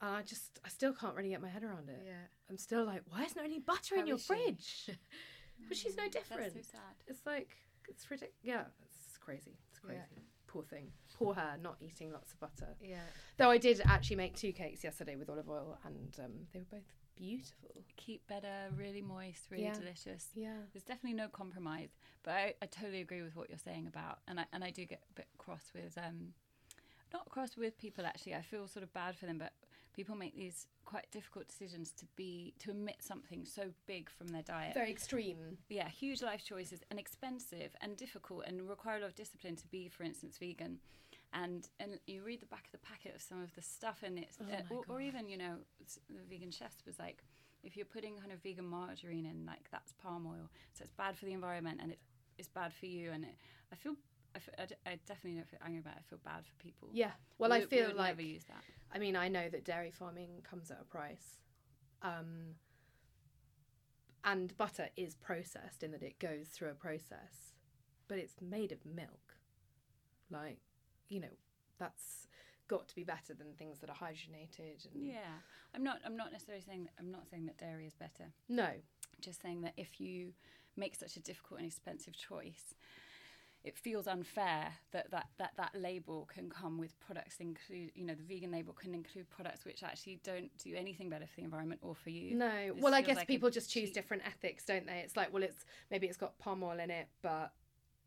A: and I just, I still can't really get my head around it.
C: Yeah.
A: I'm still like, why is there any butter
C: How
A: in your
C: is she?
A: fridge? but she's no different.
B: That's so sad.
A: It's like, it's ridiculous. Yeah, it's crazy. It's crazy.
C: Yeah.
A: Poor thing. Poor her, not eating lots of butter.
C: Yeah.
A: Though I did actually make two cakes yesterday with olive oil, and um, they were both beautiful.
B: Keep better, really moist, really
A: Yeah.
B: delicious.
A: Yeah.
B: There's definitely no compromise, but I, I totally agree with what you're saying about, and I and I do get a bit cross with, um, not cross with people actually. I feel sort of bad for them, but people make these quite difficult decisions to be to omit something so big from their diet.
A: Very extreme.
B: yeah, huge life choices and expensive and difficult and require a lot of discipline to be, for instance, vegan. and and you read the back of the packet of some of the stuff, and it's uh,
A: Oh my
B: or, or even you know s- the vegan chefs was like, if you're putting kind of vegan margarine in, like that's palm oil, so it's bad for the environment and it it's bad for you. And it, I feel I, f- I d- I definitely don't feel angry about. it. I feel bad for people.
A: Yeah. Well,
B: We
A: I
B: would- we
A: feel
B: would
A: like
B: never use that.
A: I mean, I know that dairy farming comes at a price. Um, and butter is processed in that it goes through a process, but it's made of milk. Like, you know, that's got to be better than things that are hydrogenated. And...
B: Yeah, I'm not. I'm not necessarily saying. That, I'm not saying that dairy is better.
A: No.
B: just saying that if you make such a difficult and expensive choice, it feels unfair that that, that, that label can come with products include you know the vegan label can include products which actually don't do anything better for the environment or for you.
A: No.
B: This
A: well, I
B: feels
A: guess
B: like a
A: people just choose
B: cheap-
A: different ethics, don't they? It's like, well, it's maybe it's got palm oil in it, but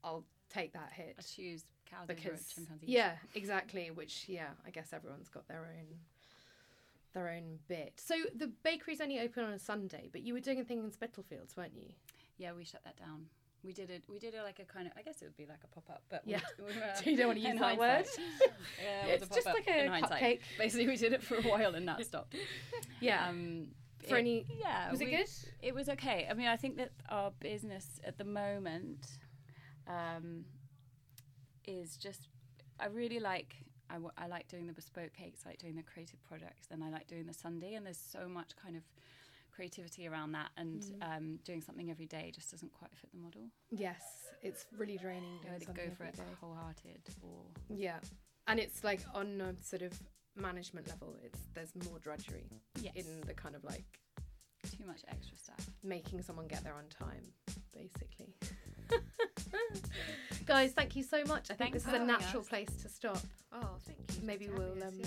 A: I'll take that hit.
B: I choose cows over
A: because
B: chimpanzees.
A: yeah exactly which yeah i guess everyone's got their own their own bit so the bakery's only open on a sunday but you were doing a thing in spitalfields weren't you
B: yeah, we shut that down. We did it. We did it like a kind of. I guess it would be like a pop up, but
A: Yeah.
B: We, we were,
A: So you don't wanna
B: in
A: use that
B: hindsight. yeah, it was
A: It's just
B: pop-up
A: like a
B: in hindsight.
A: cupcake.
B: Basically, we did it for a while and that stopped.
A: yeah
B: Um,
A: for
B: it-
A: any
B: Yeah, Uh,
A: was it
B: we-
A: good
B: It was okay. I mean, I think that our business at the moment um, is just. I really like. I, w- I like doing the bespoke cakes, I like doing the creative products, and I like doing the Sunday. And there's so much kind of creativity around that, and um, doing something every day just doesn't quite fit the model.
A: yes it's really draining
B: You
A: doing
B: either
A: something
B: go for
A: every
B: it
A: day.
B: wholehearted or
A: yeah and it's like on a sort of management level it's there's more drudgery
B: yes,
A: in the kind of like
B: too much extra stuff.
A: making someone get there on time, basically. Guys, thank you so much. I think this
B: Thanks for
A: is a
B: having
A: natural
B: us.
A: place to stop.
C: Oh, thank you. It's good
A: Maybe
C: to have
A: we'll,
C: you,
A: um,
C: yeah.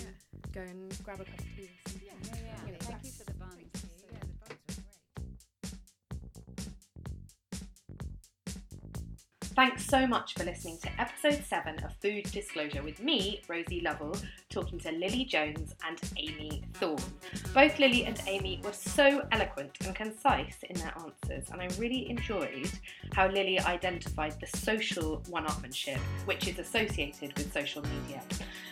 A: Go and grab a cup of tea. or something.
C: Yeah,
B: Yeah, yeah.
A: yeah.
B: Thank you for the buns.
C: Thank you. Yeah, the buns were great.
D: Thanks so much for listening to episode 7 of Food Disclosure with me, Rosie Lovell, talking to Lily Jones and Amy Thorne. Both Lily and Amy were so eloquent and concise in their answers, and I really enjoyed how Lily identified the social one upmanship which is associated with social media.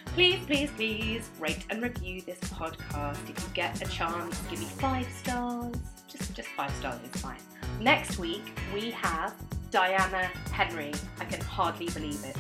D: Please, please, please rate and review this podcast. If you get a chance, give me five stars. Just, just five stars is fine. Next week, we have Diana Henry. I can hardly believe it.